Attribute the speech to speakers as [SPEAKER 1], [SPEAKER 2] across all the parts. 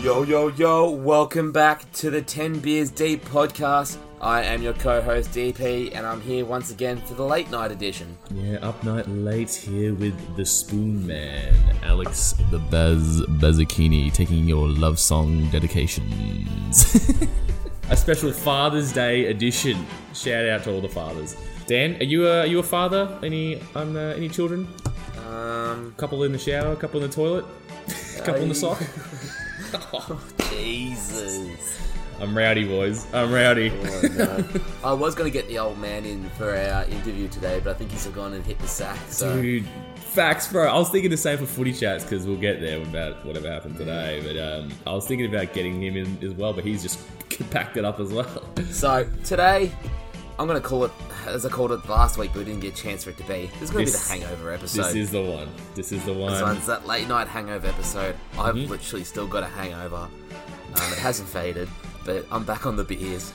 [SPEAKER 1] Yo, yo, yo, welcome back to the 10 Beers Deep podcast. I am your co host DP, and I'm here once again for the late night edition.
[SPEAKER 2] Yeah, up night late here with the Spoon Man, Alex the Baz Bazzacchini, taking your love song dedications. a special Father's Day edition. Shout out to all the fathers. Dan, are you a, are you a father? Any um, uh, any children?
[SPEAKER 1] Um,
[SPEAKER 2] Couple in the shower, couple in the toilet, couple in the sock.
[SPEAKER 1] Jesus.
[SPEAKER 2] I'm rowdy, boys. I'm rowdy.
[SPEAKER 1] I was going to get the old man in for our interview today, but I think he's gone and hit the sack. So,
[SPEAKER 2] Dude, facts, bro. I was thinking the same for footy chats because we'll get there about whatever happened today. But um, I was thinking about getting him in as well, but he's just packed it up as well.
[SPEAKER 1] so today, I'm going to call it, as I called it last week, but we didn't get a chance for it to be. This is going to be
[SPEAKER 2] This-
[SPEAKER 1] the hangover episode.
[SPEAKER 2] This is the one. This is the
[SPEAKER 1] This
[SPEAKER 2] one.
[SPEAKER 1] one's that late night hangover episode. I've
[SPEAKER 2] mm-hmm.
[SPEAKER 1] literally still got a hangover. Um, it hasn't faded, but I'm back on the beers.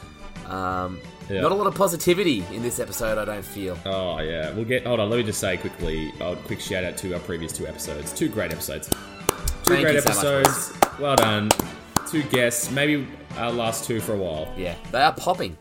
[SPEAKER 1] Um,
[SPEAKER 2] Yeah.
[SPEAKER 1] Not a lot of positivity in this episode, I don't feel.
[SPEAKER 2] Oh yeah, we'll get. Hold on, let me just say quickly. A quick shout out to our previous two episodes. Two great episodes. Two
[SPEAKER 1] Thank
[SPEAKER 2] great
[SPEAKER 1] you so much,
[SPEAKER 2] episodes. well done. Two guests. Maybe our last two for a while.
[SPEAKER 1] Yeah, they are popping.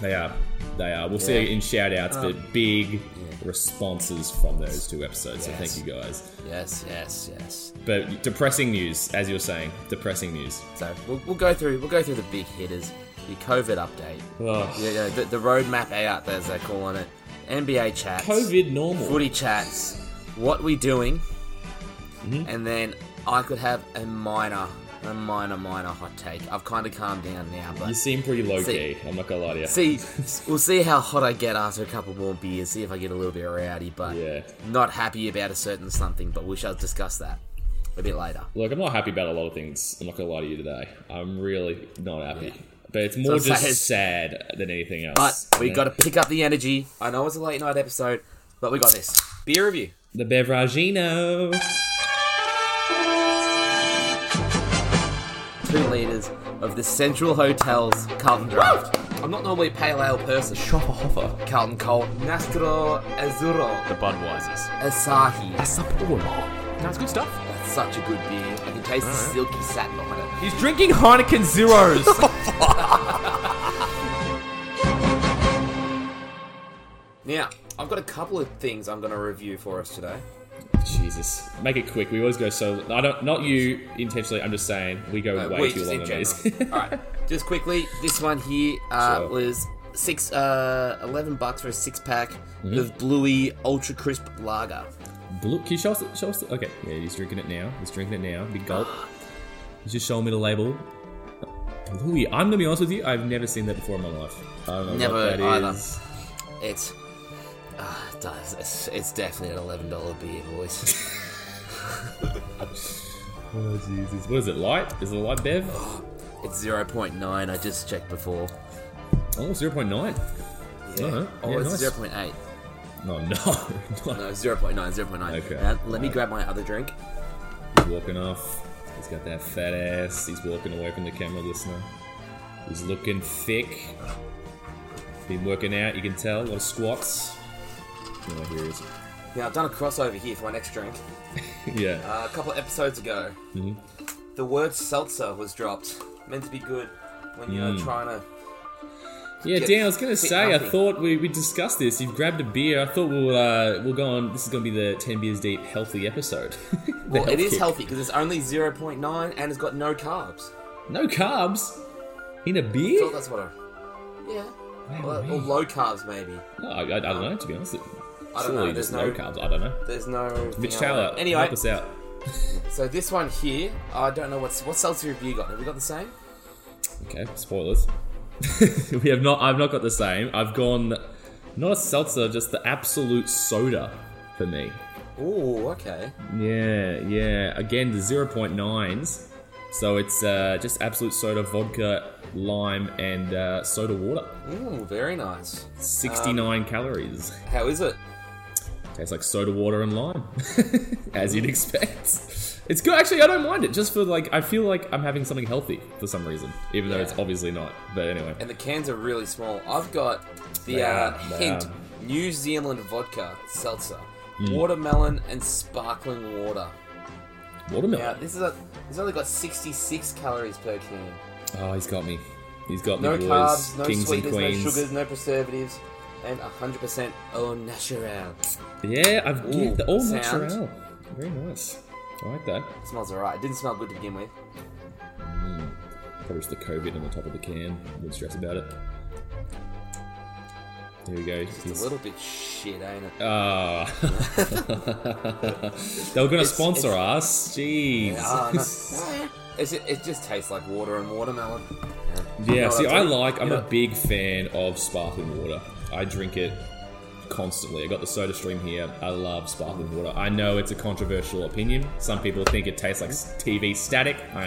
[SPEAKER 2] They are. They are. We'll see you in shout outs,
[SPEAKER 1] Um,
[SPEAKER 2] but big responses from those two episodes. So
[SPEAKER 1] Yes.
[SPEAKER 2] thank you guys.
[SPEAKER 1] Yes, yes, yes.
[SPEAKER 2] But depressing news, as you were saying, depressing news.
[SPEAKER 1] So we'll, we'll go through. We'll go through the big hitters. The COVID update.
[SPEAKER 2] Ugh.
[SPEAKER 1] Yeah, yeah, the, the roadmap out, as they call on it. NBA chats.
[SPEAKER 2] COVID normal.
[SPEAKER 1] footy chats, what we doing, and then I could have a minor, a minor, minor hot take. I've kind of calmed down now,
[SPEAKER 2] You
[SPEAKER 1] but
[SPEAKER 2] seem pretty low
[SPEAKER 1] See-
[SPEAKER 2] key. I'm not gonna lie to you.
[SPEAKER 1] see, we'll see how hot I get after a couple more beers. See if I get a little bit rowdy, but
[SPEAKER 2] Yeah.
[SPEAKER 1] not happy about a certain something. But we shall discuss that a bit later.
[SPEAKER 2] Look, I'm not happy about a lot of things. I'm not gonna lie to you today. I'm really not happy. But it's more
[SPEAKER 1] So
[SPEAKER 2] just
[SPEAKER 1] sad.
[SPEAKER 2] sad than anything
[SPEAKER 1] But
[SPEAKER 2] else.
[SPEAKER 1] we got to pick up the energy. I know it's a late night episode, but we got this beer review.
[SPEAKER 2] the Beveragino.
[SPEAKER 1] Two liters of the Central Hotel's Carlton Draft. I'm not normally a pale ale person.
[SPEAKER 2] Schofferhofer.
[SPEAKER 1] Carlton Colt, Nastro Azzurro,
[SPEAKER 2] The Budweisers.
[SPEAKER 1] Asahi.
[SPEAKER 2] Sapporo.
[SPEAKER 3] That's good stuff.
[SPEAKER 1] That's such a good beer. I can taste the silky satin on it.
[SPEAKER 3] He's drinking Heineken Zeros.
[SPEAKER 1] Now, I've got a couple of things I'm going to review for us today.
[SPEAKER 2] Jesus. Make it quick. We always go so. I don't. Not you intentionally. I'm just saying we go
[SPEAKER 1] Uh,
[SPEAKER 2] way
[SPEAKER 1] wait,
[SPEAKER 2] too
[SPEAKER 1] just
[SPEAKER 2] long
[SPEAKER 1] in
[SPEAKER 2] on
[SPEAKER 1] general.
[SPEAKER 2] these.
[SPEAKER 1] All right, just quickly. This one here uh,
[SPEAKER 2] Sure.
[SPEAKER 1] was six, uh, eleven bucks for a six pack
[SPEAKER 2] Mm-hmm.
[SPEAKER 1] of Bluey Ultra Crisp Lager.
[SPEAKER 2] Blue, can you show us? The, show us. The, okay, yeah, he's drinking it now. He's drinking it now. Big gulp. He's just showing me the label. Bluey. I'm gonna be honest with you. I've never seen that before in my life. I don't know
[SPEAKER 1] Never
[SPEAKER 2] what that
[SPEAKER 1] either.
[SPEAKER 2] is.
[SPEAKER 1] It's uh, it does. It's, it's definitely an eleven dollar beer, boys.
[SPEAKER 2] Oh Jesus! What is it? Light? Is it a light bev?
[SPEAKER 1] it's zero point nine. I just checked before.
[SPEAKER 2] Oh, 0.9.
[SPEAKER 1] Yeah.
[SPEAKER 2] Uh-huh.
[SPEAKER 1] Oh,
[SPEAKER 2] Yeah,
[SPEAKER 1] it's
[SPEAKER 2] nice.
[SPEAKER 1] zero point eight.
[SPEAKER 2] No, no,
[SPEAKER 1] No, 0.9, 0.9.
[SPEAKER 2] Okay.
[SPEAKER 1] Now, let me grab my other drink.
[SPEAKER 2] He's walking off. He's got that fat ass. He's walking away from the camera, listener. He's looking thick. Been working out. You can tell. A lot of squats. Oh, here he is.
[SPEAKER 1] Now, I've done a crossover here for my next drink.
[SPEAKER 2] yeah.
[SPEAKER 1] Uh, a couple of episodes ago,
[SPEAKER 2] Mm-hmm.
[SPEAKER 1] the word seltzer was dropped. Meant to be good when you're
[SPEAKER 2] Mm.
[SPEAKER 1] trying to.
[SPEAKER 2] Yeah,
[SPEAKER 1] get
[SPEAKER 2] Dan, I was gonna
[SPEAKER 1] fit
[SPEAKER 2] say, I
[SPEAKER 1] healthy.
[SPEAKER 2] thought we, we discussed this. You've grabbed a beer. I thought we'll uh, we'll go on. This is gonna be the ten beers deep healthy episode. The
[SPEAKER 1] Well, it
[SPEAKER 2] health
[SPEAKER 1] is
[SPEAKER 2] kick.
[SPEAKER 1] healthy because it's only 0.9 and it's got no carbs.
[SPEAKER 2] No carbs in a
[SPEAKER 1] So
[SPEAKER 2] beer.
[SPEAKER 1] that's what I. Yeah.
[SPEAKER 2] Wow,
[SPEAKER 1] Or,
[SPEAKER 2] man.
[SPEAKER 1] or low carbs, maybe.
[SPEAKER 2] No, I, I, I don't know. To be honest, I
[SPEAKER 1] I don't know,
[SPEAKER 2] surely
[SPEAKER 1] there's
[SPEAKER 2] just no,
[SPEAKER 1] no-
[SPEAKER 2] carbs. I don't know.
[SPEAKER 1] There's no.
[SPEAKER 2] Mitch
[SPEAKER 1] thing
[SPEAKER 2] Taylor,
[SPEAKER 1] on it. Anyway,
[SPEAKER 2] help us out.
[SPEAKER 1] so this one here, I don't know what's what seltzer have you got. Have we got the same?
[SPEAKER 2] Okay, spoilers. we have not. I've not got the same. I've gone not a seltzer, just the absolute soda for me.
[SPEAKER 1] Ooh, okay.
[SPEAKER 2] Yeah, yeah. Again, the 0.9s. So it's uh, just absolute soda, vodka, lime, and uh, soda water.
[SPEAKER 1] Ooh, very nice. Um,
[SPEAKER 2] 69 calories.
[SPEAKER 1] How is it?
[SPEAKER 2] Tastes like soda water and lime, as you'd expect. It's good. Actually, I don't mind it. Just for like, I feel like I'm having something healthy for some reason, even though
[SPEAKER 1] Yeah.
[SPEAKER 2] it's obviously not. But anyway.
[SPEAKER 1] and the cans are really small. I've got the
[SPEAKER 2] They
[SPEAKER 1] uh,
[SPEAKER 2] are, they
[SPEAKER 1] hint
[SPEAKER 2] are. Hmm.
[SPEAKER 1] New Zealand vodka seltzer, watermelon and sparkling water. Now,
[SPEAKER 2] Watermelon.
[SPEAKER 1] this is a. It's only got 66 calories per can.
[SPEAKER 2] Oh, he's got me. He's got me,
[SPEAKER 1] No
[SPEAKER 2] boys.
[SPEAKER 1] carbs, no
[SPEAKER 2] Kings and
[SPEAKER 1] sweeteners, no
[SPEAKER 2] queens.
[SPEAKER 1] sugars, no preservatives, and 100% au naturel.
[SPEAKER 2] Yeah, I've
[SPEAKER 1] Ooh,
[SPEAKER 2] yeah, the all
[SPEAKER 1] sound.
[SPEAKER 2] natural. Very nice. I like that.
[SPEAKER 1] smells alright. It didn't smell good to begin with.
[SPEAKER 2] Probably just the COVID on the top of the can. Wouldn't stress about it. There we go.
[SPEAKER 1] It's a little bit shit, ain't it?
[SPEAKER 2] Ah. they were going to sponsor us. Jeez.
[SPEAKER 1] Ah, no. It's, it just tastes like water and watermelon.
[SPEAKER 2] Yeah,
[SPEAKER 1] No,
[SPEAKER 2] see,
[SPEAKER 1] that's
[SPEAKER 2] I
[SPEAKER 1] it.
[SPEAKER 2] like. I'm
[SPEAKER 1] Yeah.
[SPEAKER 2] a big fan of sparkling water. I drink it constantly. I got the Soda Stream here. I love sparkling water. I know it's a controversial opinion. Some people think it tastes like TV static. I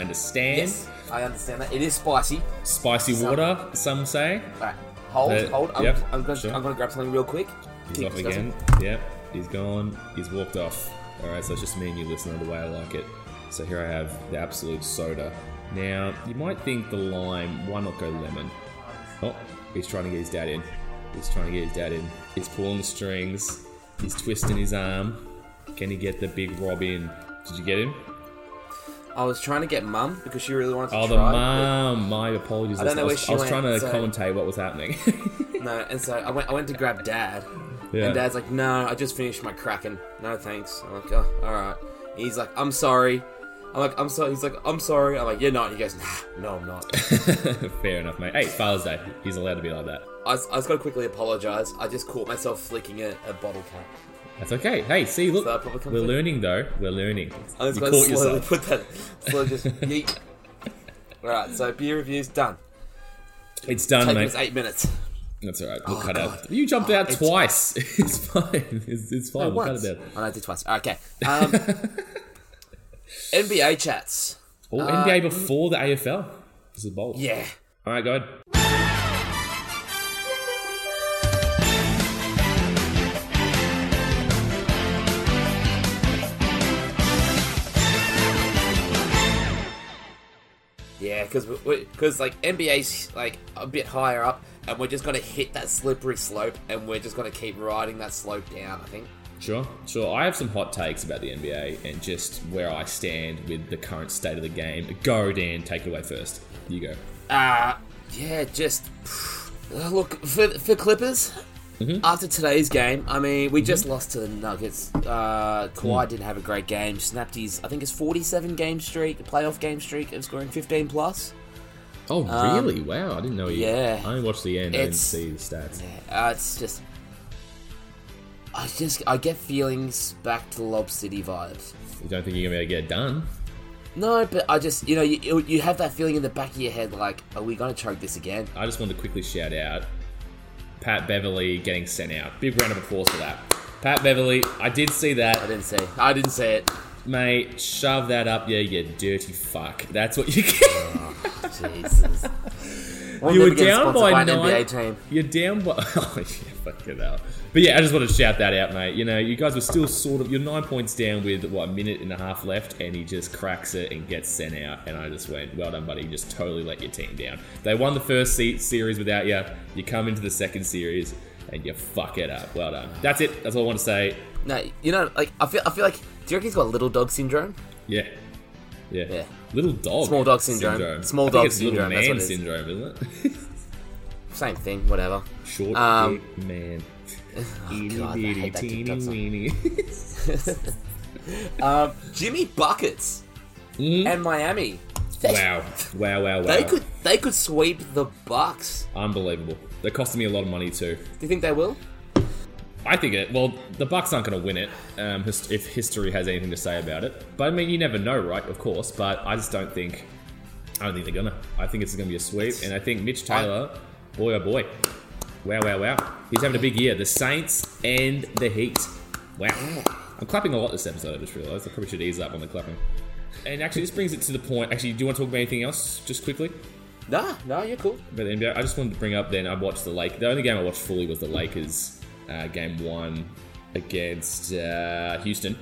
[SPEAKER 1] Mm-hmm.
[SPEAKER 2] understand.
[SPEAKER 1] Yes, I understand that. It is spicy.
[SPEAKER 2] Spicy
[SPEAKER 1] Some-
[SPEAKER 2] water, some say.
[SPEAKER 1] Alright, hold,
[SPEAKER 2] Uh,
[SPEAKER 1] hold. I'm,
[SPEAKER 2] yep,
[SPEAKER 1] I'm, gonna,
[SPEAKER 2] sure.
[SPEAKER 1] I'm gonna grab something real quick.
[SPEAKER 2] He's
[SPEAKER 1] Keep
[SPEAKER 2] off
[SPEAKER 1] discussing.
[SPEAKER 2] again. Yep, he's gone. He's walked off. All right, so it's just me and you listening to the way I like it. So here I have the absolute soda. Now you might think the lime. Why not go lemon? Oh, he's trying to get his dad in. He's trying to get his dad in. He's pulling the strings. He's twisting his arm. Can he get the big Rob in? Did you get him?
[SPEAKER 1] I was trying to get mum because she really wanted to
[SPEAKER 2] Oh, the
[SPEAKER 1] try.
[SPEAKER 2] mum. My apologies.
[SPEAKER 1] I don't know where
[SPEAKER 2] was,
[SPEAKER 1] she
[SPEAKER 2] I was
[SPEAKER 1] went,
[SPEAKER 2] trying to
[SPEAKER 1] so-
[SPEAKER 2] commentate what was happening.
[SPEAKER 1] but- No, and so I went. I went to grab dad,
[SPEAKER 2] Yeah.
[SPEAKER 1] and dad's like, "No, I just finished my kraken. No thanks." I'm like, "Oh, all right." And he's like, "I'm sorry." I'm like, "I'm sorry." He's like, "I'm sorry." I'm like, "You're not." He goes, nah, "No, I'm not."
[SPEAKER 2] Fair enough, mate. Hey, Father's Day. He's allowed to be like that.
[SPEAKER 1] I, s- I just got to quickly apologise. I just caught myself flicking a, a bottle cap.
[SPEAKER 2] That's okay. Hey, see, look,
[SPEAKER 1] that public
[SPEAKER 2] we're
[SPEAKER 1] comfort?
[SPEAKER 2] learning though. We're learning.
[SPEAKER 1] I was
[SPEAKER 2] you
[SPEAKER 1] going
[SPEAKER 2] caught
[SPEAKER 1] to slowly
[SPEAKER 2] yourself.
[SPEAKER 1] put that. Slowly just yeet. All right, so beer reviews done.
[SPEAKER 2] It's done,
[SPEAKER 1] Taking
[SPEAKER 2] mate.
[SPEAKER 1] us eight minutes.
[SPEAKER 2] That's all right. We'll
[SPEAKER 1] Oh,
[SPEAKER 2] cut out.
[SPEAKER 1] God. Oh,
[SPEAKER 2] You jumped out
[SPEAKER 1] it's-
[SPEAKER 2] twice. It's fine. It's, it's fine. we'll
[SPEAKER 1] Once.
[SPEAKER 2] cut it out.
[SPEAKER 1] Oh, no, I did twice. Okay. Um, NBA chats.
[SPEAKER 2] Oh, NBA before the AFL. This is bold.
[SPEAKER 1] Um, Yeah.
[SPEAKER 2] All right, go ahead.
[SPEAKER 1] Yeah, because because like NBA's like a bit higher up, and we're just gonna hit that slippery slope, and we're just gonna keep riding that slope down. I think.
[SPEAKER 2] Sure, sure. I have some hot takes about the NBA and just where I stand with the current state of the game. Go, Dan. Take it away first. You go.
[SPEAKER 1] Uh, yeah, just Uh, look for for Clippers. After today's game, I mean, we just lost to the Nuggets. Uh, Kawhi didn't have a great game. Snapped his, I think, his forty-seven game streak, playoff game streak of scoring fifteen plus.
[SPEAKER 2] Oh, really? wow. I didn't know you.
[SPEAKER 1] Um, yeah.
[SPEAKER 2] I only watched the end. I didn't
[SPEAKER 1] It's-
[SPEAKER 2] see the stats.
[SPEAKER 1] Uh, it's just, I just, I get feelings back to Lob City vibes.
[SPEAKER 2] You don't think you're going to be able to get it done?
[SPEAKER 1] No, but I just, you know, you you have that feeling in the back of your head, like, are we gonna choke this again?
[SPEAKER 2] I just wanted to quickly shout out Pat Beverly getting sent out. Big round of applause for that. Pat Beverly, I did see
[SPEAKER 1] I
[SPEAKER 2] that.
[SPEAKER 1] didn't say, I didn't say it.
[SPEAKER 2] Mate, shove that up. Yeah, you dirty fuck. That's what you get.
[SPEAKER 1] Jesus. We'll
[SPEAKER 2] You were
[SPEAKER 1] never get
[SPEAKER 2] down
[SPEAKER 1] sponsored
[SPEAKER 2] by,
[SPEAKER 1] an
[SPEAKER 2] nine.
[SPEAKER 1] NBA team.
[SPEAKER 2] You're down by. Oh, yeah, fuck it out. But yeah, I just wanted to shout that out, mate. You know, you guys were still sort of. You're nine points down with, what, a minute and a half left, and he just cracks it and gets sent out. And I just went, well done, buddy. You just totally let your team down. They won the first se- series without you. You come into the second series, and you fuck it up. Well done. That's it. That's all I want to say.
[SPEAKER 1] No, you know, like I feel, I feel like do you reckon he's got little dog syndrome?
[SPEAKER 2] Yeah. Yeah.
[SPEAKER 1] Yeah.
[SPEAKER 2] Little dog.
[SPEAKER 1] Small dog syndrome. Small
[SPEAKER 2] I think
[SPEAKER 1] dog
[SPEAKER 2] it's little
[SPEAKER 1] syndrome, that's
[SPEAKER 2] man
[SPEAKER 1] what it is.
[SPEAKER 2] syndrome, isn't it?
[SPEAKER 1] Same thing, whatever.
[SPEAKER 2] Short
[SPEAKER 1] Um, Oh,
[SPEAKER 2] dick man. Itty
[SPEAKER 1] God, I
[SPEAKER 2] bitty
[SPEAKER 1] hate that
[SPEAKER 2] teeny
[SPEAKER 1] TikTok song.
[SPEAKER 2] weeny.
[SPEAKER 1] Um, Jimmy buckets and Miami. They,
[SPEAKER 2] Hmm? wow. Wow, wow, wow.
[SPEAKER 1] they could they could sweep the Bucks.
[SPEAKER 2] Unbelievable. They're costing me a lot of money too.
[SPEAKER 1] Do you think they will?
[SPEAKER 2] I think it. Well, the Bucks aren't going to win it um, his- if history has anything to say about it. But I mean, you never know, right? Of course. But I just don't think. I don't think they're gonna. I think it's going to be a sweep, and I think Mitch Taylor, boy oh boy, wow, wow, wow, he's having a big year. The Saints and the Heat. Wow. I'm clapping a lot this episode. I just realised. I probably should ease up on the clapping. And actually, this brings it to the point. Actually, do you want to talk about anything else, just quickly?
[SPEAKER 1] Nah, no, you're cool.
[SPEAKER 2] But the NBA, I just wanted to bring up then I watched the Lake. The only game I watched fully was the Lakers uh, game one against uh, Houston,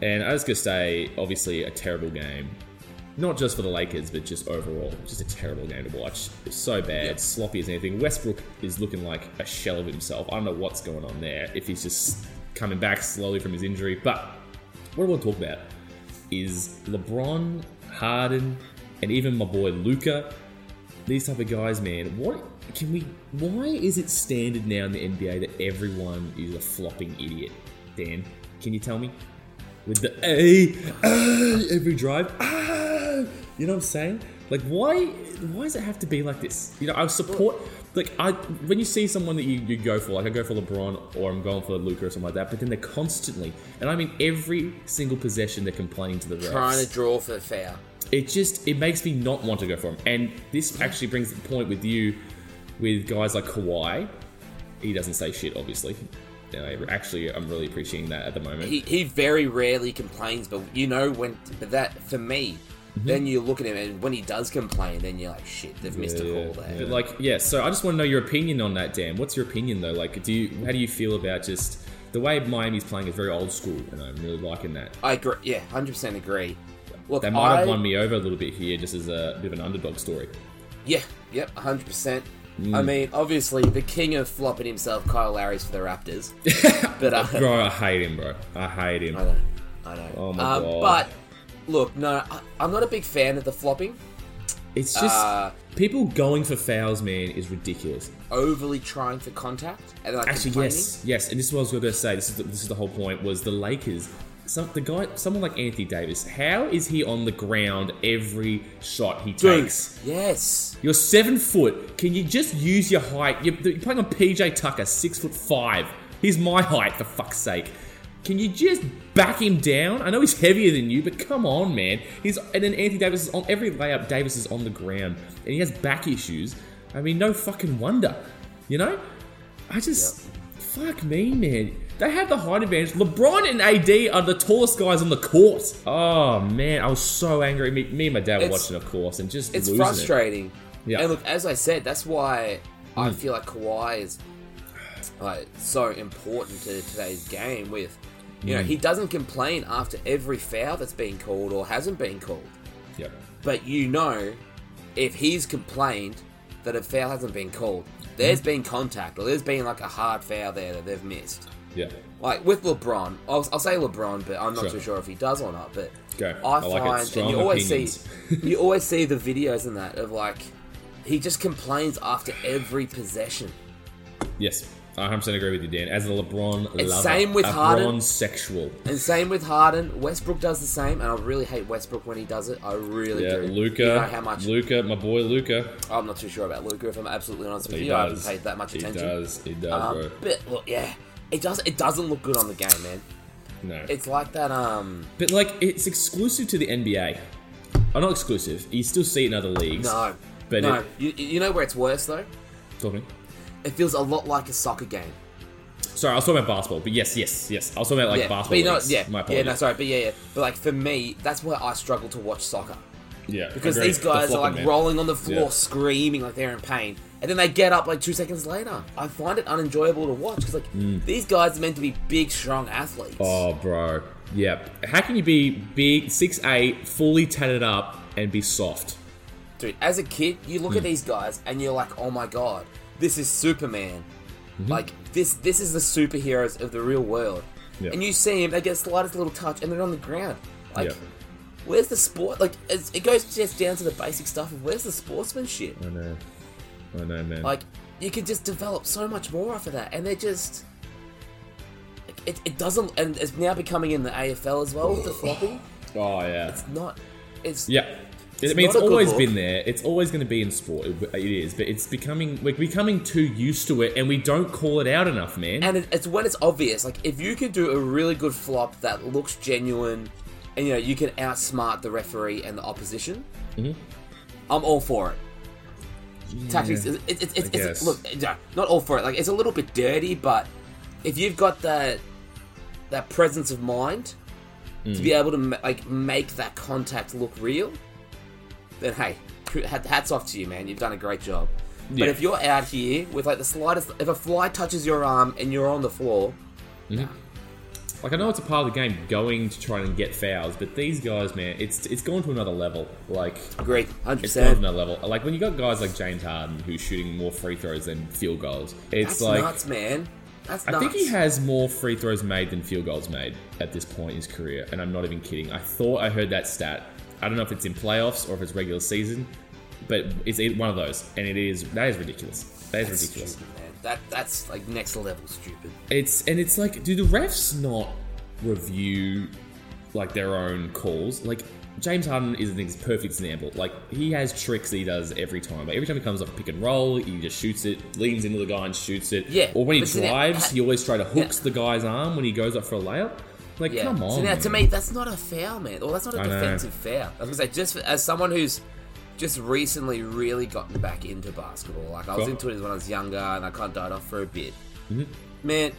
[SPEAKER 2] and I was gonna say obviously a terrible game, not just for the Lakers but just overall, just a terrible game to watch. It's so bad, sloppy as anything. Westbrook is looking like a shell of himself. I don't know what's going on there. If he's just coming back slowly from his injury, but what do I want to talk about? is LeBron, Harden, and even my boy Luca. These type of guys, man. What can we? Why is it standard now in the NBA that everyone is a flopping idiot? Dan, can you tell me? With the a every drive, ah, you know what I'm saying? Like, why? Why does it have to be like this? You know, I support. Like, I when you see someone that you, you go for, like I go for LeBron or I'm going for Luca or something like that, but then they're constantly, and I mean every single possession, they're complaining to the refs
[SPEAKER 1] Trying to draw for fair.
[SPEAKER 2] it just it makes me not want to go for him. And this actually brings the point with you, with guys like Kawhi. He doesn't say shit, obviously. No, I- actually, I'm really appreciating that at the moment.
[SPEAKER 1] He, he very rarely complains, but you know when. But that for me,
[SPEAKER 2] Mm-hmm.
[SPEAKER 1] then you look at him, and when he does complain, then you're like, shit, they've missed a
[SPEAKER 2] Yeah,
[SPEAKER 1] call there.
[SPEAKER 2] But like, yeah. So I just want to know your opinion on that, Dan. What's your opinion though? Like, do you how do you feel about just the way Miami's playing is very old school, and I'm really liking that.
[SPEAKER 1] I agree. Yeah, hundred percent agree. Look,
[SPEAKER 2] They might
[SPEAKER 1] I,
[SPEAKER 2] have won me over a little bit here, just as a bit of an underdog story.
[SPEAKER 1] Yeah, yep, hundred percent. I
[SPEAKER 2] Mm.
[SPEAKER 1] mean, obviously, the king of flopping himself, Kyle Lowry's for the Raptors. but uh,
[SPEAKER 2] Bro, I hate him, bro. I hate him.
[SPEAKER 1] I know, I know.
[SPEAKER 2] Oh my
[SPEAKER 1] um,
[SPEAKER 2] God.
[SPEAKER 1] But look, no, I, I'm not a big fan of the flopping.
[SPEAKER 2] It's just
[SPEAKER 1] Uh,
[SPEAKER 2] people going for fouls, man, is ridiculous.
[SPEAKER 1] Overly trying for contact, and like
[SPEAKER 2] Actually,
[SPEAKER 1] complaining.
[SPEAKER 2] yes, yes, and this is what I was going to say. This is the, this is the whole point. Was the Lakers? Some the guy, someone like Anthony Davis. How is he on the ground every shot he
[SPEAKER 1] Dude,
[SPEAKER 2] takes?
[SPEAKER 1] Yes.
[SPEAKER 2] You're seven foot. Can you just use your height? You're, you're playing on PJ Tucker, six foot five. He's my height, for fuck's sake. Can you just back him down? I know he's heavier than you, but come on, man. He's and then Anthony Davis is on every layup. Davis is on the ground, and he has back issues. I mean, no fucking wonder, you know. I just fuck me, man. They have the height advantage. LeBron and AD are the tallest guys on the court. Oh man, I was so angry. Me, me and my dad were
[SPEAKER 1] It's-
[SPEAKER 2] watching, of course, and just
[SPEAKER 1] It's
[SPEAKER 2] losing it.
[SPEAKER 1] frustrating.
[SPEAKER 2] Yeah. Hmm.
[SPEAKER 1] And look, as I said, that's why I feel like Kawhi is like so important to today's game. With you
[SPEAKER 2] Hmm.
[SPEAKER 1] know, he doesn't complain after every foul that's been called or hasn't been called.
[SPEAKER 2] Yep.
[SPEAKER 1] But you know, if he's complained that a foul hasn't been called, there's
[SPEAKER 2] Hmm.
[SPEAKER 1] been contact or there's been like a hard foul there that they've missed.
[SPEAKER 2] Yeah.
[SPEAKER 1] Like with LeBron, I'll, I'll say LeBron, but I'm not
[SPEAKER 2] Sure.
[SPEAKER 1] too sure if he does or not. But
[SPEAKER 2] Go.
[SPEAKER 1] I,
[SPEAKER 2] I like it.
[SPEAKER 1] find
[SPEAKER 2] Strong
[SPEAKER 1] and you always
[SPEAKER 2] opinions.
[SPEAKER 1] see you always see the videos and that of like he just complains after every possession.
[SPEAKER 2] Yes. I 100% agree with you, Dan. As a LeBron
[SPEAKER 1] It's
[SPEAKER 2] lover,
[SPEAKER 1] same with
[SPEAKER 2] a
[SPEAKER 1] Harden.
[SPEAKER 2] LeBron sexual.
[SPEAKER 1] And same with Harden. Westbrook does the same, and I really hate Westbrook when he does it. I really
[SPEAKER 2] Yeah,
[SPEAKER 1] do.
[SPEAKER 2] Luca.
[SPEAKER 1] You know how much
[SPEAKER 2] Luca, my boy Luca.
[SPEAKER 1] I'm not too sure about Luca. If I'm absolutely honest with
[SPEAKER 2] He
[SPEAKER 1] you, I haven't
[SPEAKER 2] does.
[SPEAKER 1] paid that much
[SPEAKER 2] he
[SPEAKER 1] attention.
[SPEAKER 2] does. He does,
[SPEAKER 1] Um,
[SPEAKER 2] bro.
[SPEAKER 1] but look, yeah, it does. It doesn't look good on the game, man.
[SPEAKER 2] No.
[SPEAKER 1] It's like that. Um,
[SPEAKER 2] but like, it's exclusive to the NBA. Oh, not exclusive. You still see it in other leagues.
[SPEAKER 1] no,
[SPEAKER 2] But
[SPEAKER 1] no.
[SPEAKER 2] it-
[SPEAKER 1] you, you know where it's worse though.
[SPEAKER 2] Talk to me.
[SPEAKER 1] It feels a lot like a soccer game.
[SPEAKER 2] Sorry, I was talking about basketball, but yes, yes, yes. I was talking about like
[SPEAKER 1] yeah,
[SPEAKER 2] basketball.
[SPEAKER 1] but you know,
[SPEAKER 2] leagues.
[SPEAKER 1] yeah,
[SPEAKER 2] My
[SPEAKER 1] yeah.
[SPEAKER 2] apologies.
[SPEAKER 1] No, sorry, but yeah, yeah. But like for me, that's where I struggle to watch soccer
[SPEAKER 2] yeah,
[SPEAKER 1] because
[SPEAKER 2] agree.
[SPEAKER 1] these guys
[SPEAKER 2] The
[SPEAKER 1] are like
[SPEAKER 2] flopping man.
[SPEAKER 1] rolling on the floor,
[SPEAKER 2] Yeah.
[SPEAKER 1] screaming like they're in pain, and then they get up like two seconds later. I find it unenjoyable to watch because like these guys are meant to be big, strong athletes.
[SPEAKER 2] Mm. Oh, bro. Yep. How can you be big, six eight, fully tatted up, and be soft?
[SPEAKER 1] Dude, as a kid, you look
[SPEAKER 2] Mm.
[SPEAKER 1] at these guys and you're like, "Oh my god, this is Superman!"
[SPEAKER 2] Mm-hmm.
[SPEAKER 1] Like this, this is the superheroes of the real world.
[SPEAKER 2] Yeah.
[SPEAKER 1] And you see them, they get the slightest little touch, and they're on the ground. Like,
[SPEAKER 2] yeah.
[SPEAKER 1] where's the sport? Like, it's, it goes just down to the basic stuff of where's the sportsmanship?
[SPEAKER 2] I know. I know, man.
[SPEAKER 1] Like, you could just develop so much more off of that, and they're just. like, It, it doesn't, and it's now becoming in the AFL as well with the floppy.
[SPEAKER 2] oh yeah,
[SPEAKER 1] Not, it's
[SPEAKER 2] yeah. I
[SPEAKER 1] It's
[SPEAKER 2] mean, it's
[SPEAKER 1] not a good
[SPEAKER 2] always
[SPEAKER 1] look.
[SPEAKER 2] been there. It's always going to be in sport. It, it is, but it's becoming we're becoming too used to it, and we don't call it out enough, man.
[SPEAKER 1] and it, it's when it's obvious. Like if you can do a really good flop that looks genuine, and you know you can outsmart the referee and the opposition, I'm all for it. Tactics, it, it, it, it,
[SPEAKER 2] guess.
[SPEAKER 1] it's look, yeah, not all for it. Like it's a little bit dirty, but if you've got that that presence of mind to
[SPEAKER 2] Hmm.
[SPEAKER 1] be able to ma- like make that contact look real, then hey, cr- hat- hats off to you, man. You've done a great job.
[SPEAKER 2] Yeah.
[SPEAKER 1] But if you're out here with like the slightest, if a fly touches your arm and you're on the floor,
[SPEAKER 2] Hmm. Like I know it's a part of the game going to try and get fouls, but these guys, man, it's it's gone to another level. Like
[SPEAKER 1] great, hundred
[SPEAKER 2] it's gone to
[SPEAKER 1] percent.
[SPEAKER 2] another level. Like when you got guys like James Harden who's shooting more free throws than field goals,
[SPEAKER 1] That's
[SPEAKER 2] it's like
[SPEAKER 1] nuts, man. That's
[SPEAKER 2] I
[SPEAKER 1] nuts.
[SPEAKER 2] think he has more free throws made than field goals made at this point in his career, and I'm not even kidding. I thought I heard that stat. I don't know if it's in playoffs or if it's regular season, but it's either one of those, and it is that is ridiculous. That is
[SPEAKER 1] That's
[SPEAKER 2] ridiculous.
[SPEAKER 1] stupid, man. That that's like next level stupid.
[SPEAKER 2] It's and it's like, do the refs not review like their own calls? Like James Harden is a perfect example. Like he has tricks that he does every time. Like every time he comes off a pick and roll, he just shoots it, leans into the guy and shoots it.
[SPEAKER 1] Yeah,
[SPEAKER 2] Or when he
[SPEAKER 1] but see now-
[SPEAKER 2] drives, he always try to hooks
[SPEAKER 1] Yeah.
[SPEAKER 2] the guy's arm when he goes up for a layup. Like
[SPEAKER 1] Yeah.
[SPEAKER 2] come on.
[SPEAKER 1] So now, to
[SPEAKER 2] man.
[SPEAKER 1] me, that's not a foul, man. Or that's not a
[SPEAKER 2] I know.
[SPEAKER 1] defensive foul. I was gonna say, just for, as someone who's just recently really gotten back into basketball, like I was
[SPEAKER 2] Cool.
[SPEAKER 1] into it when I was younger, and I kind of died off for a bit.
[SPEAKER 2] Mm-hmm.
[SPEAKER 1] Man,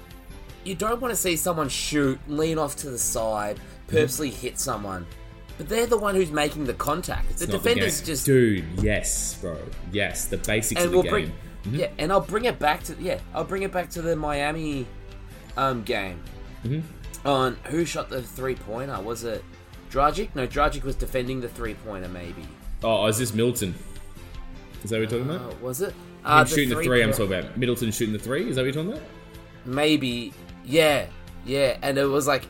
[SPEAKER 1] you don't want to see someone shoot, lean off to the side, purposely hit someone, but they're the one who's making the contact. the
[SPEAKER 2] It's not game.
[SPEAKER 1] defender's just
[SPEAKER 2] dude. Yes, bro. Yes, the basics
[SPEAKER 1] and
[SPEAKER 2] of the
[SPEAKER 1] we'll
[SPEAKER 2] game. Mm-hmm.
[SPEAKER 1] bring yeah, and I'll bring it back to yeah, I'll bring it back to the Miami um game
[SPEAKER 2] Mm-hmm.
[SPEAKER 1] on who shot the three pointer. Was it Dragic? No, Dragic was defending the three pointer. Maybe
[SPEAKER 2] Oh, is this Middleton? Is that what you're talking about?
[SPEAKER 1] oh, was it?
[SPEAKER 2] I'm shooting the three. I'm talking about Middleton shooting the three. Is that what you're talking about?
[SPEAKER 1] Maybe yeah, yeah, and it was like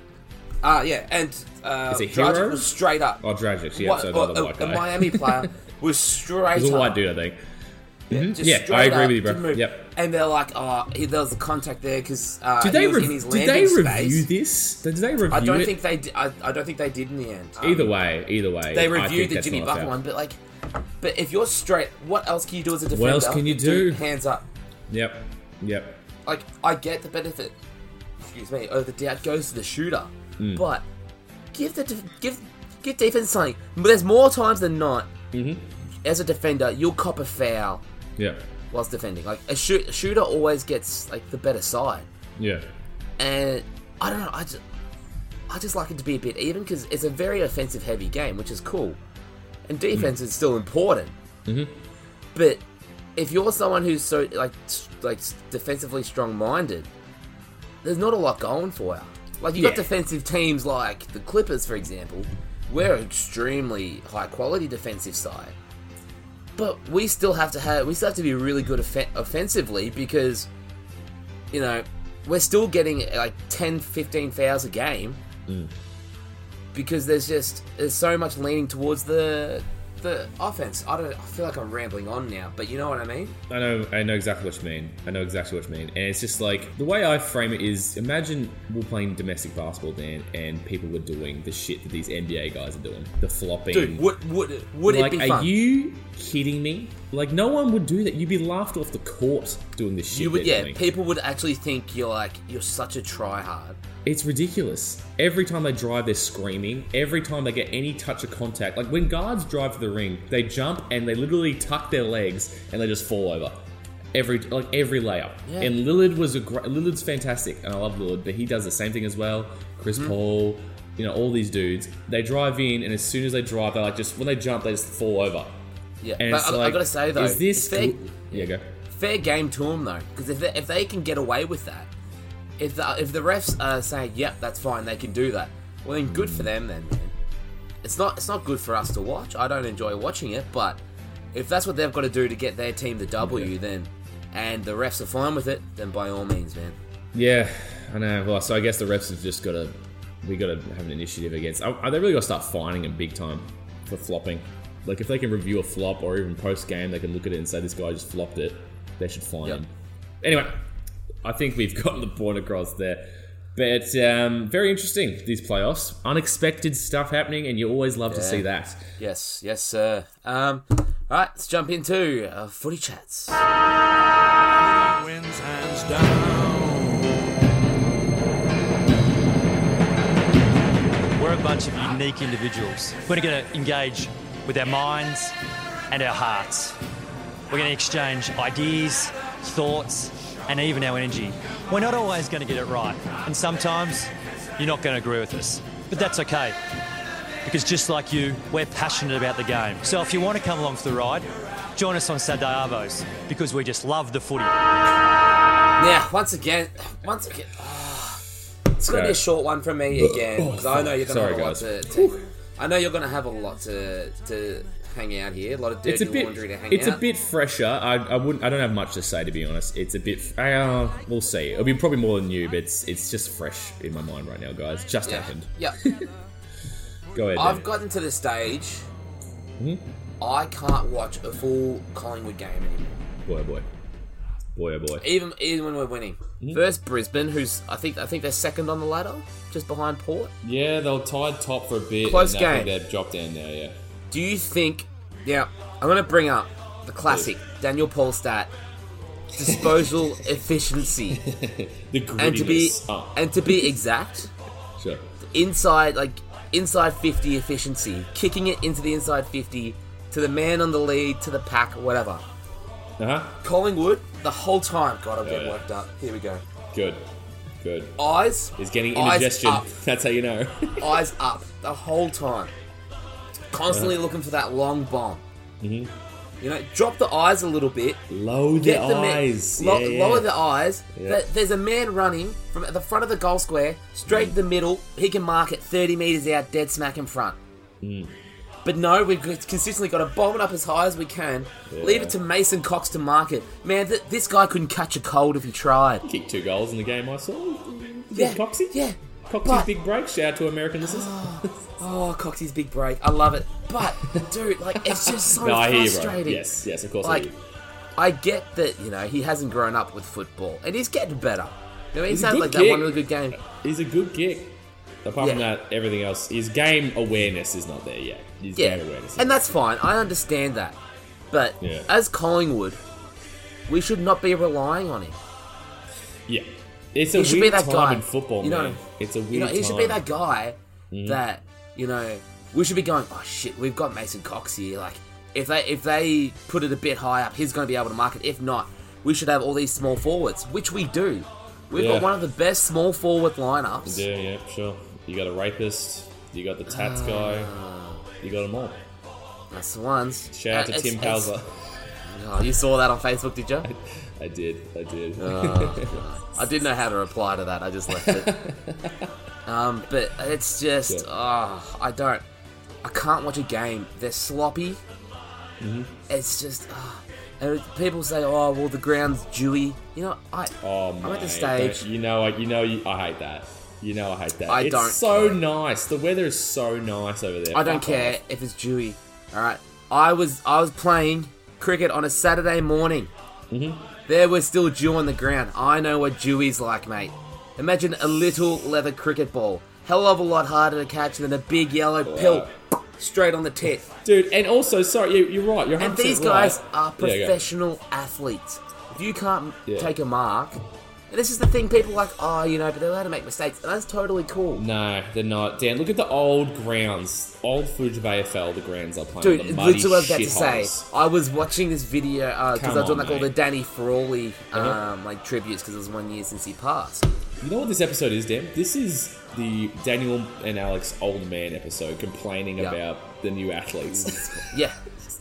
[SPEAKER 1] uh yeah, and uh,
[SPEAKER 2] Is it
[SPEAKER 1] Dragic
[SPEAKER 2] Hero?
[SPEAKER 1] was straight up.
[SPEAKER 2] Oh, Dragic. Yeah,
[SPEAKER 1] What-
[SPEAKER 2] so
[SPEAKER 1] or-
[SPEAKER 2] another
[SPEAKER 1] a,
[SPEAKER 2] white
[SPEAKER 1] a
[SPEAKER 2] guy.
[SPEAKER 1] uh, Miami player was straight
[SPEAKER 2] He's a
[SPEAKER 1] up.
[SPEAKER 2] white dude, I think. Mhm.
[SPEAKER 1] just
[SPEAKER 2] Yeah, I
[SPEAKER 1] straight
[SPEAKER 2] agree
[SPEAKER 1] up,
[SPEAKER 2] with you, bro.
[SPEAKER 1] didn't move.
[SPEAKER 2] Yep.
[SPEAKER 1] And they're like, oh, he, there was a contact there because uh,
[SPEAKER 2] Did
[SPEAKER 1] he
[SPEAKER 2] they,
[SPEAKER 1] was
[SPEAKER 2] rev-
[SPEAKER 1] in his landing
[SPEAKER 2] did they review
[SPEAKER 1] space.
[SPEAKER 2] this? Did they review
[SPEAKER 1] I don't
[SPEAKER 2] it?
[SPEAKER 1] think they. Di- I, I don't think they did in the end. Um,
[SPEAKER 2] e- either way, either way.
[SPEAKER 1] they
[SPEAKER 2] I think
[SPEAKER 1] reviewed the
[SPEAKER 2] that's
[SPEAKER 1] Jimmy
[SPEAKER 2] not a
[SPEAKER 1] Butler
[SPEAKER 2] foul.
[SPEAKER 1] one, but like, but if you're straight, what else can you do as a defender?
[SPEAKER 2] else can you
[SPEAKER 1] Dude,
[SPEAKER 2] do?
[SPEAKER 1] Hands up.
[SPEAKER 2] Yep. Yep.
[SPEAKER 1] Like, I get the benefit. Excuse me. Oh, the doubt goes to the shooter,
[SPEAKER 2] Hmm.
[SPEAKER 1] but give the def- give give defense something. But there's more times than not.
[SPEAKER 2] Mm-hmm.
[SPEAKER 1] As a defender, you'll cop a foul
[SPEAKER 2] Yep.
[SPEAKER 1] whilst defending. Like a, shoot- a shooter always gets like the better side.
[SPEAKER 2] Yeah.
[SPEAKER 1] and I don't know. I just, I just like it to be a bit even because it's a very offensive heavy game, which is cool, and defense is still important. Mm-hmm. But if you're someone who's so like s- like s- defensively strong minded, there's not a lot going for you. Like you
[SPEAKER 2] Yeah.
[SPEAKER 1] got defensive teams like the Clippers, for example. We're an extremely high quality defensive side, but we still have to have we still have to be really good offen- offensively because you know, we're still getting like 10, 15 fouls a game because there's just there's so much leaning towards the the offense. I don't. I feel like I'm rambling on now, but you know what I mean.
[SPEAKER 2] I know, I know exactly what you mean. I know exactly what you mean. And it's just like the way I frame it is: imagine we're playing domestic basketball, Dan, and people were doing the shit that these NBA guys are doing, the flopping,
[SPEAKER 1] Dude, would would would
[SPEAKER 2] like,
[SPEAKER 1] it be
[SPEAKER 2] are
[SPEAKER 1] fun?
[SPEAKER 2] you kidding me? Like, no one would do that. You'd be laughed off the court doing this shit.
[SPEAKER 1] You would,
[SPEAKER 2] they're
[SPEAKER 1] yeah.
[SPEAKER 2] doing.
[SPEAKER 1] People would actually think you're like you're such a tryhard.
[SPEAKER 2] It's ridiculous. Every time they drive, they're screaming. Every time they get any touch of contact, like when guards drive to the ring, they jump and they literally tuck their legs and they just fall over. Every like every layup.
[SPEAKER 1] Yeah.
[SPEAKER 2] And Lillard was a great. Lillard's fantastic, and I love Lillard, but he does the same thing as well. Chris
[SPEAKER 1] Mm-hmm.
[SPEAKER 2] Paul, you know, all these dudes. They drive in, and as soon as they drive, they like just when they jump, they just fall over.
[SPEAKER 1] Yeah,
[SPEAKER 2] And
[SPEAKER 1] but
[SPEAKER 2] it's
[SPEAKER 1] I, I
[SPEAKER 2] like,
[SPEAKER 1] gotta say though,
[SPEAKER 2] is this?
[SPEAKER 1] it's fair,
[SPEAKER 2] gl- yeah, go.
[SPEAKER 1] fair game to them though, because if they, if they can get away with that, if the if the refs are saying yep, that's fine, they can do that. Well, then good for them then. Man. It's not it's not good for us to watch. I don't enjoy watching it, but if that's what they've got to do to get their team the W, then and the refs are fine with it, then by all means, man.
[SPEAKER 2] Yeah, I know. Well, so I guess the refs have just got to we got to have an initiative against. I, I, they really got to start fining them big time for flopping. Like if they can review a flop or even post game, they can look at it and say this guy just flopped it. They should fine
[SPEAKER 1] Yep.
[SPEAKER 2] him. Anyway, I think we've gotten the point across there. But um, very interesting these playoffs. Unexpected stuff happening, and you always love to see that.
[SPEAKER 1] Yes, yes, sir. Um, all right, let's jump into uh, footy chats.
[SPEAKER 4] wins hands down.
[SPEAKER 5] We're a bunch of unique individuals. We're going to engage with our minds and our hearts. We're going to exchange ideas, thoughts, and even our energy. We're not always going to get it right, and sometimes you're not going to agree with us. But that's okay, because just like you, we're passionate about the game. So if you want to come along for the ride, join us on Saturday Arvos, because we just love the footy.
[SPEAKER 1] Now, once again, once again, ah, it's going to be a
[SPEAKER 2] Sorry.
[SPEAKER 1] short one from me again because I know you're going to
[SPEAKER 2] oh, Sorry,
[SPEAKER 1] have a lot
[SPEAKER 2] guys.
[SPEAKER 1] to. to- I know you're going to have a lot to to hang out here. A lot of dirty
[SPEAKER 2] It's a bit.
[SPEAKER 1] laundry to hang
[SPEAKER 2] It's
[SPEAKER 1] out.
[SPEAKER 2] a bit fresher. I, I wouldn't. I don't have much to say to be honest. It's a bit. Uh, we'll see. It'll be probably more than you, but it's it's just fresh in my mind right now, guys. Just
[SPEAKER 1] Yeah.
[SPEAKER 2] happened.
[SPEAKER 1] Yeah.
[SPEAKER 2] Go ahead.
[SPEAKER 1] I've
[SPEAKER 2] Dave.
[SPEAKER 1] gotten to the stage.
[SPEAKER 2] Hmm?
[SPEAKER 1] I can't watch a full Collingwood game anymore.
[SPEAKER 2] boy, oh boy, boy, oh boy.
[SPEAKER 1] Even even when we're winning.
[SPEAKER 2] Hmm.
[SPEAKER 1] First Brisbane, who's I think I think they're second on the ladder, just behind Port.
[SPEAKER 2] Yeah, they'll tied top for a bit.
[SPEAKER 1] Close and I think game.
[SPEAKER 2] They've dropped down now. Yeah.
[SPEAKER 1] Do you think? Now I'm going to bring up the classic Daniel Polstat disposal efficiency,
[SPEAKER 2] The grittiness.
[SPEAKER 1] and to be
[SPEAKER 2] Oh.
[SPEAKER 1] and to be exact,
[SPEAKER 2] sure.
[SPEAKER 1] inside like inside 50 efficiency, kicking it into the inside 50 to the man on the lead, to the pack, whatever.
[SPEAKER 2] Uh huh.
[SPEAKER 1] Collingwood the whole time. God, I'm getting
[SPEAKER 2] yeah.
[SPEAKER 1] worked up. Here we go.
[SPEAKER 2] Good. Good.
[SPEAKER 1] Eyes,
[SPEAKER 2] He's getting
[SPEAKER 1] Eyes
[SPEAKER 2] indigestion.
[SPEAKER 1] up.
[SPEAKER 2] That's how you know.
[SPEAKER 1] eyes up the whole time, constantly
[SPEAKER 2] Uh-huh.
[SPEAKER 1] looking for that long bomb.
[SPEAKER 2] Mm-hmm.
[SPEAKER 1] You know, drop the eyes a little bit.
[SPEAKER 2] Low the
[SPEAKER 1] Get the man-
[SPEAKER 2] eyes.
[SPEAKER 1] lo-
[SPEAKER 2] yeah,
[SPEAKER 1] lower
[SPEAKER 2] yeah.
[SPEAKER 1] the eyes.
[SPEAKER 2] Yeah.
[SPEAKER 1] There- There's a man running from at the front of the goal square, straight to the middle. He can mark it 30 meters out, dead smack in front. Hmm. But no, we've g- consistently got to bomb it up as high as we can. Leave
[SPEAKER 2] Yeah.
[SPEAKER 1] it to Mason Cox to mark it. Man, th- this guy couldn't catch a cold if he tried.
[SPEAKER 2] Kicked two goals in the game I saw.
[SPEAKER 1] Yeah,
[SPEAKER 2] Coxie?
[SPEAKER 1] yeah.
[SPEAKER 2] Coxie's
[SPEAKER 1] But-
[SPEAKER 2] big break. Shout out to American listeners.
[SPEAKER 1] Oh, Coxie's big break. I love it. But dude, like, it's just so
[SPEAKER 2] no, I hear you, bro.
[SPEAKER 1] frustrating.
[SPEAKER 2] Yes, yes, of course. I
[SPEAKER 1] Like,
[SPEAKER 2] hear you.
[SPEAKER 1] I get that you know he hasn't grown up with football, and he's getting better. You know, he's,
[SPEAKER 2] a
[SPEAKER 1] had
[SPEAKER 2] good
[SPEAKER 1] like
[SPEAKER 2] kid.
[SPEAKER 1] that one really good game.
[SPEAKER 2] he's a good kick. Apart from
[SPEAKER 1] Yeah.
[SPEAKER 2] that, everything else, his game awareness is not there yet. His
[SPEAKER 1] Yeah,
[SPEAKER 2] game awareness. is-
[SPEAKER 1] and that's fine. I understand that, but
[SPEAKER 2] Yeah.
[SPEAKER 1] as Collingwood, we should not be relying on him.
[SPEAKER 2] yeah, it's a
[SPEAKER 1] He should
[SPEAKER 2] weird
[SPEAKER 1] be that
[SPEAKER 2] time
[SPEAKER 1] guy.
[SPEAKER 2] in football,
[SPEAKER 1] You know,
[SPEAKER 2] man. It's a weird
[SPEAKER 1] You know, he
[SPEAKER 2] time. Mm-hmm.
[SPEAKER 1] should be that guy that you know we should be going. Oh shit, we've got Mason Cox here. Like if they if they put it a bit high up, he's going to be able to mark it. If not, we should have all these small forwards, which we do. We've
[SPEAKER 2] Yeah.
[SPEAKER 1] got one of the best small forward lineups.
[SPEAKER 2] Yeah, yeah, sure. You got a rapist. You got the tats
[SPEAKER 1] Ah.
[SPEAKER 2] guy. You got them all.
[SPEAKER 1] That's the ones.
[SPEAKER 2] Shout out
[SPEAKER 1] Uh,
[SPEAKER 2] to
[SPEAKER 1] it's-
[SPEAKER 2] Tim
[SPEAKER 1] it's-
[SPEAKER 2] Palser.
[SPEAKER 1] Oh, you saw that on Facebook, did you?
[SPEAKER 2] I did. I did.
[SPEAKER 1] Oh, I didn't know how to reply to that. I just left it. um, but it's just,
[SPEAKER 2] Yeah.
[SPEAKER 1] oh, I don't, I can't watch a game. They're sloppy.
[SPEAKER 2] Mm-hmm.
[SPEAKER 1] It's just, ah. and people say, oh, well, the ground's dewy. You know, I,
[SPEAKER 2] Oh
[SPEAKER 1] I'm at the
[SPEAKER 2] mate,
[SPEAKER 1] stage.
[SPEAKER 2] don't- You know, I, you know, you, I hate that. You know, I hate that.
[SPEAKER 1] I
[SPEAKER 2] it's
[SPEAKER 1] don't
[SPEAKER 2] so
[SPEAKER 1] care.
[SPEAKER 2] nice. The weather is so nice over there.
[SPEAKER 1] I don't
[SPEAKER 2] Fuck
[SPEAKER 1] care
[SPEAKER 2] off.
[SPEAKER 1] if it's dewy. All right, I was, I was playing cricket on a Saturday morning.
[SPEAKER 2] Mm-hmm.
[SPEAKER 1] There was still dew on the ground. I know what dewy's like, mate. Imagine a little leather cricket ball. Hell of a lot harder to catch than a big yellow pill straight on the tit.
[SPEAKER 2] dude. And also, sorry, you, you're right. You're
[SPEAKER 1] And
[SPEAKER 2] 100%
[SPEAKER 1] these guys
[SPEAKER 2] right.
[SPEAKER 1] are
[SPEAKER 2] Yeah, go.
[SPEAKER 1] professional athletes. If you can't
[SPEAKER 2] Yeah.
[SPEAKER 1] take a mark, and this is the thing, people are like, oh, you know, but they're allowed to make mistakes, and that's totally cool.
[SPEAKER 2] No, they're not. Dan, look at the old grounds, old footage of AFL. The grounds are playing.
[SPEAKER 1] Dude,
[SPEAKER 2] the
[SPEAKER 1] it's
[SPEAKER 2] muddy
[SPEAKER 1] literally what I was about to
[SPEAKER 2] shit
[SPEAKER 1] say.
[SPEAKER 2] holes.
[SPEAKER 1] I was watching this video because I
[SPEAKER 2] Come
[SPEAKER 1] was doing
[SPEAKER 2] on,
[SPEAKER 1] like all the
[SPEAKER 2] mate.
[SPEAKER 1] Danny Frawley um, like tributes because it was one year since he passed.
[SPEAKER 2] You know what this episode is, Dan? This is the Daniel and Alex old man episode, complaining
[SPEAKER 1] Yeah.
[SPEAKER 2] about the new athletes.
[SPEAKER 1] Yeah,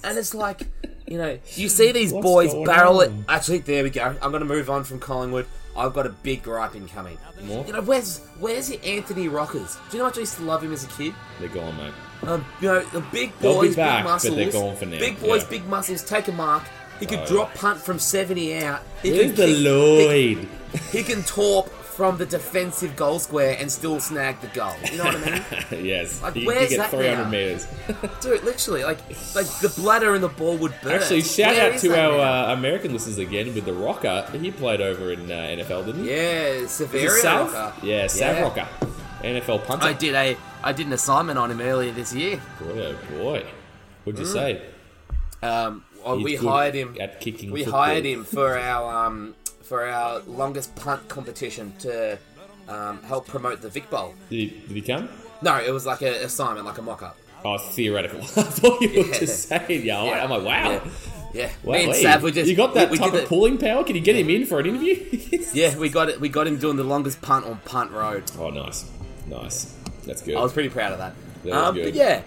[SPEAKER 1] and it's like, you know, you see these
[SPEAKER 2] What's
[SPEAKER 1] boys
[SPEAKER 2] going
[SPEAKER 1] barrel it.
[SPEAKER 2] on?
[SPEAKER 1] Actually, there we go. I'm going to move on from Collingwood. I've got a big gripe incoming.
[SPEAKER 2] More?
[SPEAKER 1] You know, where's where's your Anthony Rockers? Do you know how much I used to love him as a kid?
[SPEAKER 2] they're gone, mate.
[SPEAKER 1] Um, you know, the big
[SPEAKER 2] They'll be
[SPEAKER 1] boys,
[SPEAKER 2] back,
[SPEAKER 1] big
[SPEAKER 2] but
[SPEAKER 1] muscles,
[SPEAKER 2] they're gone for now,
[SPEAKER 1] big boys,
[SPEAKER 2] yeah.
[SPEAKER 1] big muscles. Take a mark. He could
[SPEAKER 2] Oh,
[SPEAKER 1] drop punt from seventy out. He
[SPEAKER 2] Where's
[SPEAKER 1] can
[SPEAKER 2] the
[SPEAKER 1] kick- he-
[SPEAKER 2] Lloyd?
[SPEAKER 1] He can torp from the defensive goal square and still snag the goal. You know what I mean?
[SPEAKER 2] yes,
[SPEAKER 1] Like,
[SPEAKER 2] you you
[SPEAKER 1] where's that
[SPEAKER 2] get 300
[SPEAKER 1] now?
[SPEAKER 2] meters.
[SPEAKER 1] Dude, literally, like, like the bladder and the ball would burn.
[SPEAKER 2] Actually, shout
[SPEAKER 1] Where
[SPEAKER 2] out
[SPEAKER 1] is
[SPEAKER 2] to
[SPEAKER 1] that
[SPEAKER 2] our
[SPEAKER 1] now?
[SPEAKER 2] uh, American listeners again with the Rocker. He played over in uh, NFL, didn't he?
[SPEAKER 1] yeah,
[SPEAKER 2] Is it
[SPEAKER 1] Severio.
[SPEAKER 2] Sav?
[SPEAKER 1] uh,
[SPEAKER 2] Yeah, Sav Rocker, NFL punter.
[SPEAKER 1] I did a I did an assignment on him earlier this year.
[SPEAKER 2] Boy, oh boy, what'd
[SPEAKER 1] Mm.
[SPEAKER 2] you say?
[SPEAKER 1] Um, well,
[SPEAKER 2] He's
[SPEAKER 1] we
[SPEAKER 2] good
[SPEAKER 1] hired him.
[SPEAKER 2] at kicking.
[SPEAKER 1] We
[SPEAKER 2] football.
[SPEAKER 1] hired him for our um, for our longest punt competition to um, help promote the Vic Bowl.
[SPEAKER 2] Did he, did he come?
[SPEAKER 1] No, it was like a assignment, like a mock up.
[SPEAKER 2] Oh, theoretical. I thought you were
[SPEAKER 1] Yeah.
[SPEAKER 2] just saying, yeah. I'm like- Oh, I'm like, wow.
[SPEAKER 1] Yeah. Yeah,
[SPEAKER 2] Wow,
[SPEAKER 1] me and
[SPEAKER 2] hey,
[SPEAKER 1] Sav were just
[SPEAKER 2] you got that
[SPEAKER 1] we, we
[SPEAKER 2] type
[SPEAKER 1] did
[SPEAKER 2] of
[SPEAKER 1] the-
[SPEAKER 2] pulling power? Can you get him in for an interview?
[SPEAKER 1] Yeah, we got it. We got him doing the longest punt on Punt Road.
[SPEAKER 2] oh, nice, nice. That's good.
[SPEAKER 1] I was pretty proud of that.
[SPEAKER 2] That was
[SPEAKER 1] um,
[SPEAKER 2] good.
[SPEAKER 1] But yeah,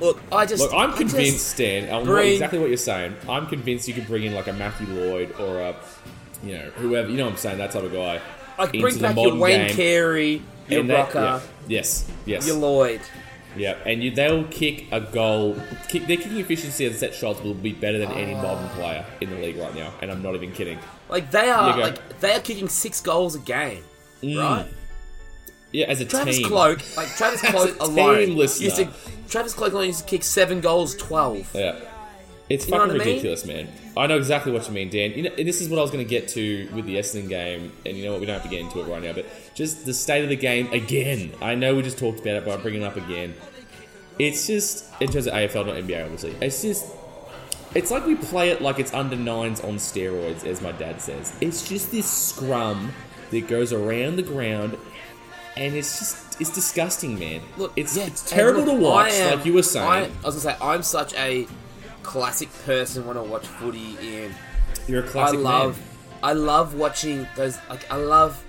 [SPEAKER 1] look, I just
[SPEAKER 2] Look, I'm
[SPEAKER 1] I
[SPEAKER 2] convinced, Stan. I'm
[SPEAKER 1] bring-
[SPEAKER 2] exactly what you're saying. I'm convinced you could bring in like a Matthew Lloyd or a, you know, whoever. You know, what I'm saying that type of guy.
[SPEAKER 1] Just, like
[SPEAKER 2] into
[SPEAKER 1] bring
[SPEAKER 2] the
[SPEAKER 1] back your
[SPEAKER 2] modern
[SPEAKER 1] Wayne
[SPEAKER 2] game.
[SPEAKER 1] Carey, your
[SPEAKER 2] And that-
[SPEAKER 1] Rocker,
[SPEAKER 2] yeah. Yes. Yes.
[SPEAKER 1] your Lloyd.
[SPEAKER 2] Yeah, and you, they'll kick a goal. Kick, their kicking efficiency and set shots will be better than any
[SPEAKER 1] Ah.
[SPEAKER 2] modern player in the league right now, and I'm not even kidding.
[SPEAKER 1] Like they are
[SPEAKER 2] go.
[SPEAKER 1] like they are kicking six goals a game, right?
[SPEAKER 2] Mm. Yeah, as a
[SPEAKER 1] Travis
[SPEAKER 2] team.
[SPEAKER 1] Cloak, like Travis Cloak
[SPEAKER 2] a
[SPEAKER 1] alone,
[SPEAKER 2] team listener.
[SPEAKER 1] used to, Travis Cloak alone used to kick seven goals, twelve.
[SPEAKER 2] Yeah. It's
[SPEAKER 1] know
[SPEAKER 2] fucking
[SPEAKER 1] what I mean?
[SPEAKER 2] ridiculous, man. I know exactly what you mean, Dan. You know, and this is what I was going to get to with the Essendon game, and you know what? We don't have to get into it right now, but just the state of the game again. I know we just talked about it, but I'm bringing it up again. It's just in terms of AFL, not NBA, obviously. It's just it's like we play it like it's under nines on steroids, as my dad says. It's just this scrum that goes around the ground, and it's just it's disgusting, man.
[SPEAKER 1] Look,
[SPEAKER 2] it's,
[SPEAKER 1] yeah,
[SPEAKER 2] it's
[SPEAKER 1] and
[SPEAKER 2] terrible
[SPEAKER 1] look,
[SPEAKER 2] to watch,
[SPEAKER 1] I am-
[SPEAKER 2] like you were saying.
[SPEAKER 1] I, I was gonna say I'm such a classic person when I watch footy, and
[SPEAKER 2] You're a
[SPEAKER 1] I
[SPEAKER 2] classic
[SPEAKER 1] love,
[SPEAKER 2] man.
[SPEAKER 1] I love watching those. Like I love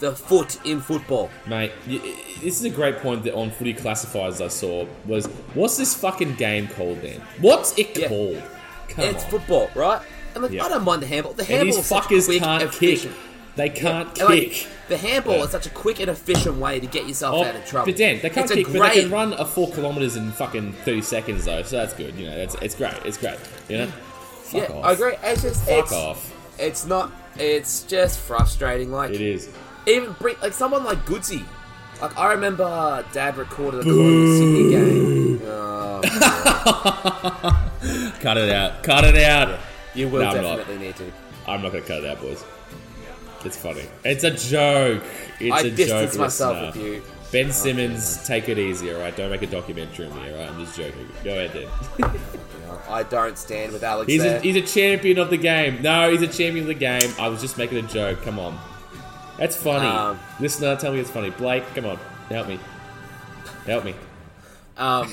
[SPEAKER 1] the foot in football.
[SPEAKER 2] Mate, y- y- this is a great point that on Footy Classifiers I saw was what's this fucking game called then? What's it
[SPEAKER 1] Yeah.
[SPEAKER 2] called? Come
[SPEAKER 1] it's
[SPEAKER 2] on.
[SPEAKER 1] football, right? And like,
[SPEAKER 2] Yeah.
[SPEAKER 1] I don't mind the handball. The
[SPEAKER 2] and
[SPEAKER 1] handball
[SPEAKER 2] these
[SPEAKER 1] is such a
[SPEAKER 2] fuckers
[SPEAKER 1] quick,
[SPEAKER 2] can't kick.
[SPEAKER 1] efficient.
[SPEAKER 2] They can't
[SPEAKER 1] And, like,
[SPEAKER 2] kick.
[SPEAKER 1] the handball
[SPEAKER 2] Yeah. Oh,
[SPEAKER 1] is such a quick and efficient way to get yourself out of trouble.
[SPEAKER 2] but Dan, they
[SPEAKER 1] It's
[SPEAKER 2] can't
[SPEAKER 1] a
[SPEAKER 2] kick, but they can
[SPEAKER 1] great-
[SPEAKER 2] run a four kilometers in fucking thirty seconds though, so that's good. You know, that's it's great. It's great. You know, fuck
[SPEAKER 1] yeah,
[SPEAKER 2] off.
[SPEAKER 1] I agree. It's just
[SPEAKER 2] Fuck
[SPEAKER 1] it's,
[SPEAKER 2] off.
[SPEAKER 1] it's not. It's just frustrating. Like
[SPEAKER 2] It is.
[SPEAKER 1] even bring, like someone like Goodsy. Like I remember, Dad recorded a Croydon Sydney game. Oh,
[SPEAKER 2] Cut it out. Cut it out.
[SPEAKER 1] you will
[SPEAKER 2] No, I'm not.
[SPEAKER 1] definitely need to.
[SPEAKER 2] I'm not gonna cut it out, boys. It's funny. It's a joke. It's
[SPEAKER 1] I
[SPEAKER 2] a
[SPEAKER 1] distance
[SPEAKER 2] joke.
[SPEAKER 1] myself
[SPEAKER 2] listener.
[SPEAKER 1] with you.
[SPEAKER 2] Ben Simmons, take it easy, alright? Don't make a documentary on me, alright? I'm just joking. Go ahead, Dan.
[SPEAKER 1] I don't stand with Alex.
[SPEAKER 2] He's a,
[SPEAKER 1] there.
[SPEAKER 2] he's a champion of the game. No, he's a champion of the game. I was just making a joke. Come on. That's funny.
[SPEAKER 1] Um,
[SPEAKER 2] Listener, tell me it's funny. Blake, come on. Help me. Help me.
[SPEAKER 1] Um,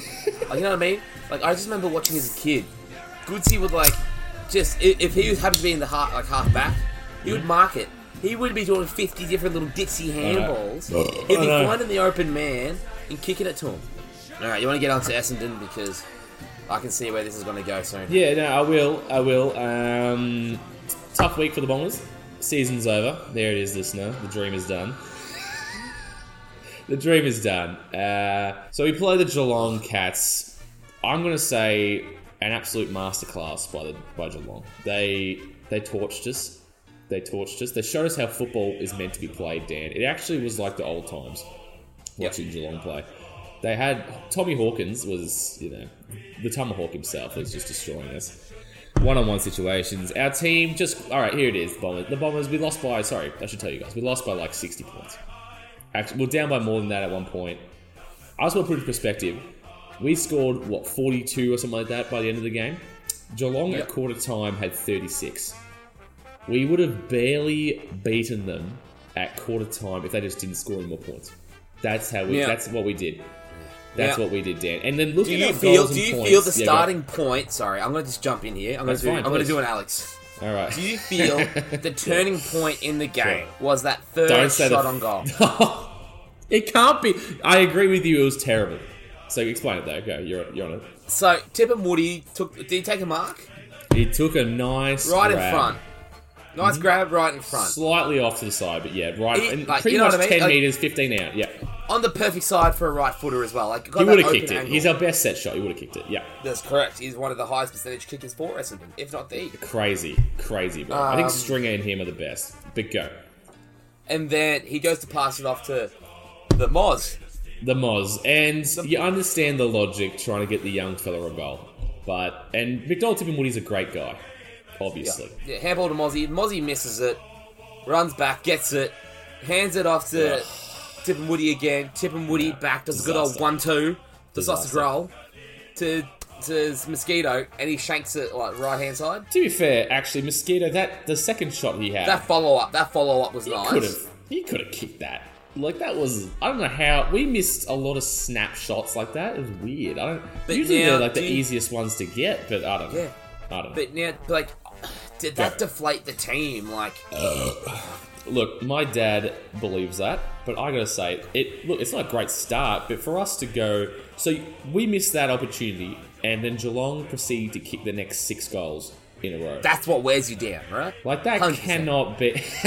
[SPEAKER 1] like, you know what I mean? Like I just remember watching as a kid, Goodsey would like just i- if he was happened to be in the half like half back, he would mark it. He would be doing fifty different little ditzy handballs. He'd
[SPEAKER 2] I
[SPEAKER 1] be
[SPEAKER 2] know.
[SPEAKER 1] finding the open man and kicking it to him. All right, you want to get on to Essendon because I can see where this is going to go soon.
[SPEAKER 2] Yeah, no, I will. I will. Um, tough week for the Bombers. Season's over. There it is, listener. The dream is done. the dream is done. Uh, so we play the Geelong Cats. I'm going to say an absolute masterclass by the by Geelong. They they torched us. They torched us. They showed us how football is meant to be played, Dan. It actually was like the old times watching Geelong play. They had Tommy Hawkins was you know the tomahawk himself was just destroying us. One-on-one situations. Our team just all right. Here it is. The Bombers. The Bombers. We lost by. Sorry, I should tell you guys. We lost by like sixty points. Actually, we're down by more than that at one point. I just want to put it in perspective. We scored what forty-two or something like that by the end of the game. Geelong
[SPEAKER 1] Yep.
[SPEAKER 2] at quarter time had thirty-six. We would have barely beaten them at quarter time if they just didn't score any more points. That's how we.
[SPEAKER 1] Yeah.
[SPEAKER 2] That's what we did. That's
[SPEAKER 1] Yeah.
[SPEAKER 2] what we did, Dan. And then
[SPEAKER 1] Do
[SPEAKER 2] looking
[SPEAKER 1] you
[SPEAKER 2] at
[SPEAKER 1] feel?
[SPEAKER 2] goals
[SPEAKER 1] Do
[SPEAKER 2] and
[SPEAKER 1] you
[SPEAKER 2] points-
[SPEAKER 1] feel the
[SPEAKER 2] Yeah, go.
[SPEAKER 1] starting point? Sorry, I'm going to just jump in here. I'm going
[SPEAKER 2] That's
[SPEAKER 1] to do.
[SPEAKER 2] fine,
[SPEAKER 1] I'm going to
[SPEAKER 2] please.
[SPEAKER 1] do an Alex.
[SPEAKER 2] All right.
[SPEAKER 1] Do you feel the turning point in the game was that 3rd
[SPEAKER 2] Don't say
[SPEAKER 1] shot
[SPEAKER 2] the-
[SPEAKER 1] on goal?
[SPEAKER 2] It can't be. I agree with you. It was terrible. So explain it though. Go. You're, you're on it.
[SPEAKER 1] So Tip and Woody took. Did he take a mark?
[SPEAKER 2] He took a nice
[SPEAKER 1] Right in
[SPEAKER 2] grab,
[SPEAKER 1] front. Nice
[SPEAKER 2] Mm-hmm.
[SPEAKER 1] grab right in front.
[SPEAKER 2] slightly off to the side, but yeah, right.
[SPEAKER 1] He-
[SPEAKER 2] and
[SPEAKER 1] like,
[SPEAKER 2] pretty
[SPEAKER 1] you know
[SPEAKER 2] much
[SPEAKER 1] what I mean?
[SPEAKER 2] ten
[SPEAKER 1] Like-
[SPEAKER 2] meters, fifteen out. Yeah,
[SPEAKER 1] On the perfect side for a right footer as well. Like got
[SPEAKER 2] he
[SPEAKER 1] that
[SPEAKER 2] would have
[SPEAKER 1] open
[SPEAKER 2] kicked it.
[SPEAKER 1] angle.
[SPEAKER 2] He's our best set shot. He would have kicked it. Yeah,
[SPEAKER 1] That's correct. He's one of the highest percentage kickers for Essendon, if not the.
[SPEAKER 2] crazy, crazy, bro. I think
[SPEAKER 1] Um,
[SPEAKER 2] Stringer and him are the best. But go.
[SPEAKER 1] And then he goes to pass it off to the Moz.
[SPEAKER 2] the Moz, and you understand the logic trying to get the young fella a goal. But and McDonald Tippin Woody's a great guy, obviously.
[SPEAKER 1] Yeah, handball to Mozzie. Mozzie misses it, runs back, gets it, hands it off to Tip and Woody again. Tip and Woody back does a good old
[SPEAKER 2] disaster.
[SPEAKER 1] one-two, the sausage
[SPEAKER 2] Disaster.
[SPEAKER 1] roll to to Mosquito, and he shanks it like right hand side.
[SPEAKER 2] To be fair, actually, Mosquito that the second shot he had
[SPEAKER 1] That follow up, that follow up was
[SPEAKER 2] he
[SPEAKER 1] nice.
[SPEAKER 2] could have he could have kicked that. Like that was I don't know how we missed a lot of snapshots like that. It was weird. I don't
[SPEAKER 1] But
[SPEAKER 2] usually
[SPEAKER 1] now,
[SPEAKER 2] they're like the
[SPEAKER 1] do you-
[SPEAKER 2] easiest ones to get, but I don't know.
[SPEAKER 1] Yeah.
[SPEAKER 2] I don't know.
[SPEAKER 1] But now, like, did that
[SPEAKER 2] Yeah. Uh.
[SPEAKER 1] deflate the team? Like,
[SPEAKER 2] Look, my dad believes that, but I gotta say, it look, it's not a great start, but for us to go, so we missed that opportunity, and then Geelong proceeded to kick the next six goals. in a row.
[SPEAKER 1] That's what wears you down, right?
[SPEAKER 2] like that
[SPEAKER 1] 100%.
[SPEAKER 2] cannot be.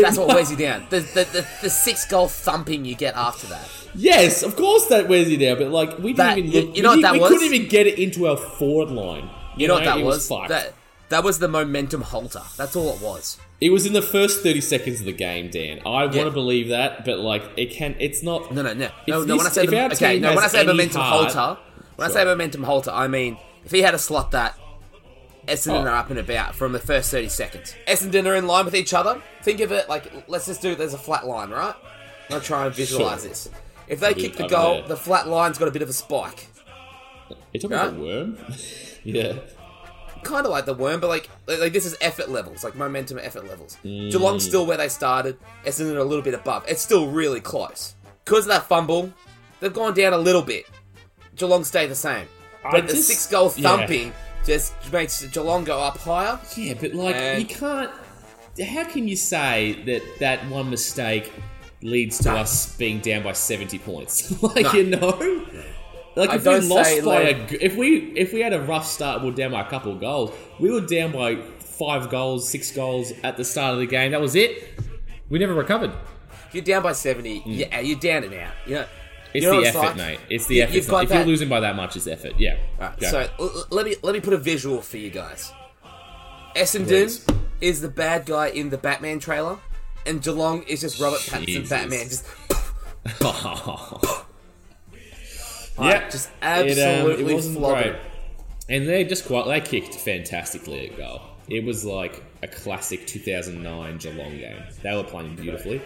[SPEAKER 1] That's what wears you down. The, the, the, the six goal thumping you get after that.
[SPEAKER 2] Yes, of course that wears you down, but like we didn't
[SPEAKER 1] That-
[SPEAKER 2] even
[SPEAKER 1] you-
[SPEAKER 2] look.
[SPEAKER 1] you know what
[SPEAKER 2] we, didn't-
[SPEAKER 1] that
[SPEAKER 2] we
[SPEAKER 1] was?
[SPEAKER 2] couldn't even get it into our forward line.
[SPEAKER 1] You know what that
[SPEAKER 2] it
[SPEAKER 1] was?
[SPEAKER 2] fucked.
[SPEAKER 1] that, that was the momentum halter. That's all it was.
[SPEAKER 2] It was in the first thirty seconds of the game, Dan.
[SPEAKER 1] Yeah.
[SPEAKER 2] I want to believe that, but like it can. It's not.
[SPEAKER 1] No, no, no.
[SPEAKER 2] If
[SPEAKER 1] No, no, when I
[SPEAKER 2] this-
[SPEAKER 1] say,
[SPEAKER 2] if
[SPEAKER 1] the,
[SPEAKER 2] our
[SPEAKER 1] okay,
[SPEAKER 2] team
[SPEAKER 1] no, when I
[SPEAKER 2] has
[SPEAKER 1] say
[SPEAKER 2] any
[SPEAKER 1] momentum
[SPEAKER 2] heart-
[SPEAKER 1] halter, when I
[SPEAKER 2] Sorry.
[SPEAKER 1] say momentum halter, I mean if he had a slot that Essendon
[SPEAKER 2] Oh.
[SPEAKER 1] are up and about from the first 30 seconds. Essendon are in line with each other. Think of it like, let's just do there's a flat line, right? I'll try and visualize
[SPEAKER 2] Sure.
[SPEAKER 1] this. If they
[SPEAKER 2] be-
[SPEAKER 1] kick the
[SPEAKER 2] I'm
[SPEAKER 1] goal,
[SPEAKER 2] there.
[SPEAKER 1] the flat line's got a bit of a spike.
[SPEAKER 2] You're talking about
[SPEAKER 1] Huh?
[SPEAKER 2] a worm. yeah.
[SPEAKER 1] kind of like the worm, but like, like like this is effort levels, like momentum effort levels.
[SPEAKER 2] Mm.
[SPEAKER 1] Geelong's still where they started. Essendon are a little bit above. It's still really close. Because of that fumble, they've gone down a little bit. Geelong stay the same, but the
[SPEAKER 2] just-
[SPEAKER 1] six goal
[SPEAKER 2] yeah.
[SPEAKER 1] thumping just makes Geelong go up higher.
[SPEAKER 2] Yeah, but like
[SPEAKER 1] And-
[SPEAKER 2] you can't. How can you say that that one mistake leads to
[SPEAKER 1] No.
[SPEAKER 2] us being down by seventy points? like
[SPEAKER 1] No.
[SPEAKER 2] you know, like
[SPEAKER 1] I
[SPEAKER 2] if we
[SPEAKER 1] don't say,
[SPEAKER 2] lost by a
[SPEAKER 1] like-
[SPEAKER 2] g if we if we had a rough start, we were down by a couple of goals. We were down by five goals, six goals at the start of the game. That was it. We never recovered.
[SPEAKER 1] If you're down by seventy, yeah, you're down and out. You know,
[SPEAKER 2] Mm. It's
[SPEAKER 1] you know
[SPEAKER 2] the
[SPEAKER 1] what like?
[SPEAKER 2] effort, mate. It's the
[SPEAKER 1] You-
[SPEAKER 2] effort.
[SPEAKER 1] you've
[SPEAKER 2] It's not-
[SPEAKER 1] got
[SPEAKER 2] if
[SPEAKER 1] that-
[SPEAKER 2] you're losing by that much, it's effort. Yeah.
[SPEAKER 1] Alright,
[SPEAKER 2] Go.
[SPEAKER 1] so l- l- let me let me put a visual for you guys. Essendon
[SPEAKER 2] Please.
[SPEAKER 1] is the bad guy in the Batman trailer, and Geelong is just Robert Pattinson
[SPEAKER 2] Jesus.
[SPEAKER 1] Batman, just
[SPEAKER 2] yeah,
[SPEAKER 1] just
[SPEAKER 2] It, um, it
[SPEAKER 1] absolutely
[SPEAKER 2] wasn't
[SPEAKER 1] flogging.
[SPEAKER 2] great. And they just quite they kicked fantastically at goal. It was like a classic 2009 Geelong game. They were playing beautifully,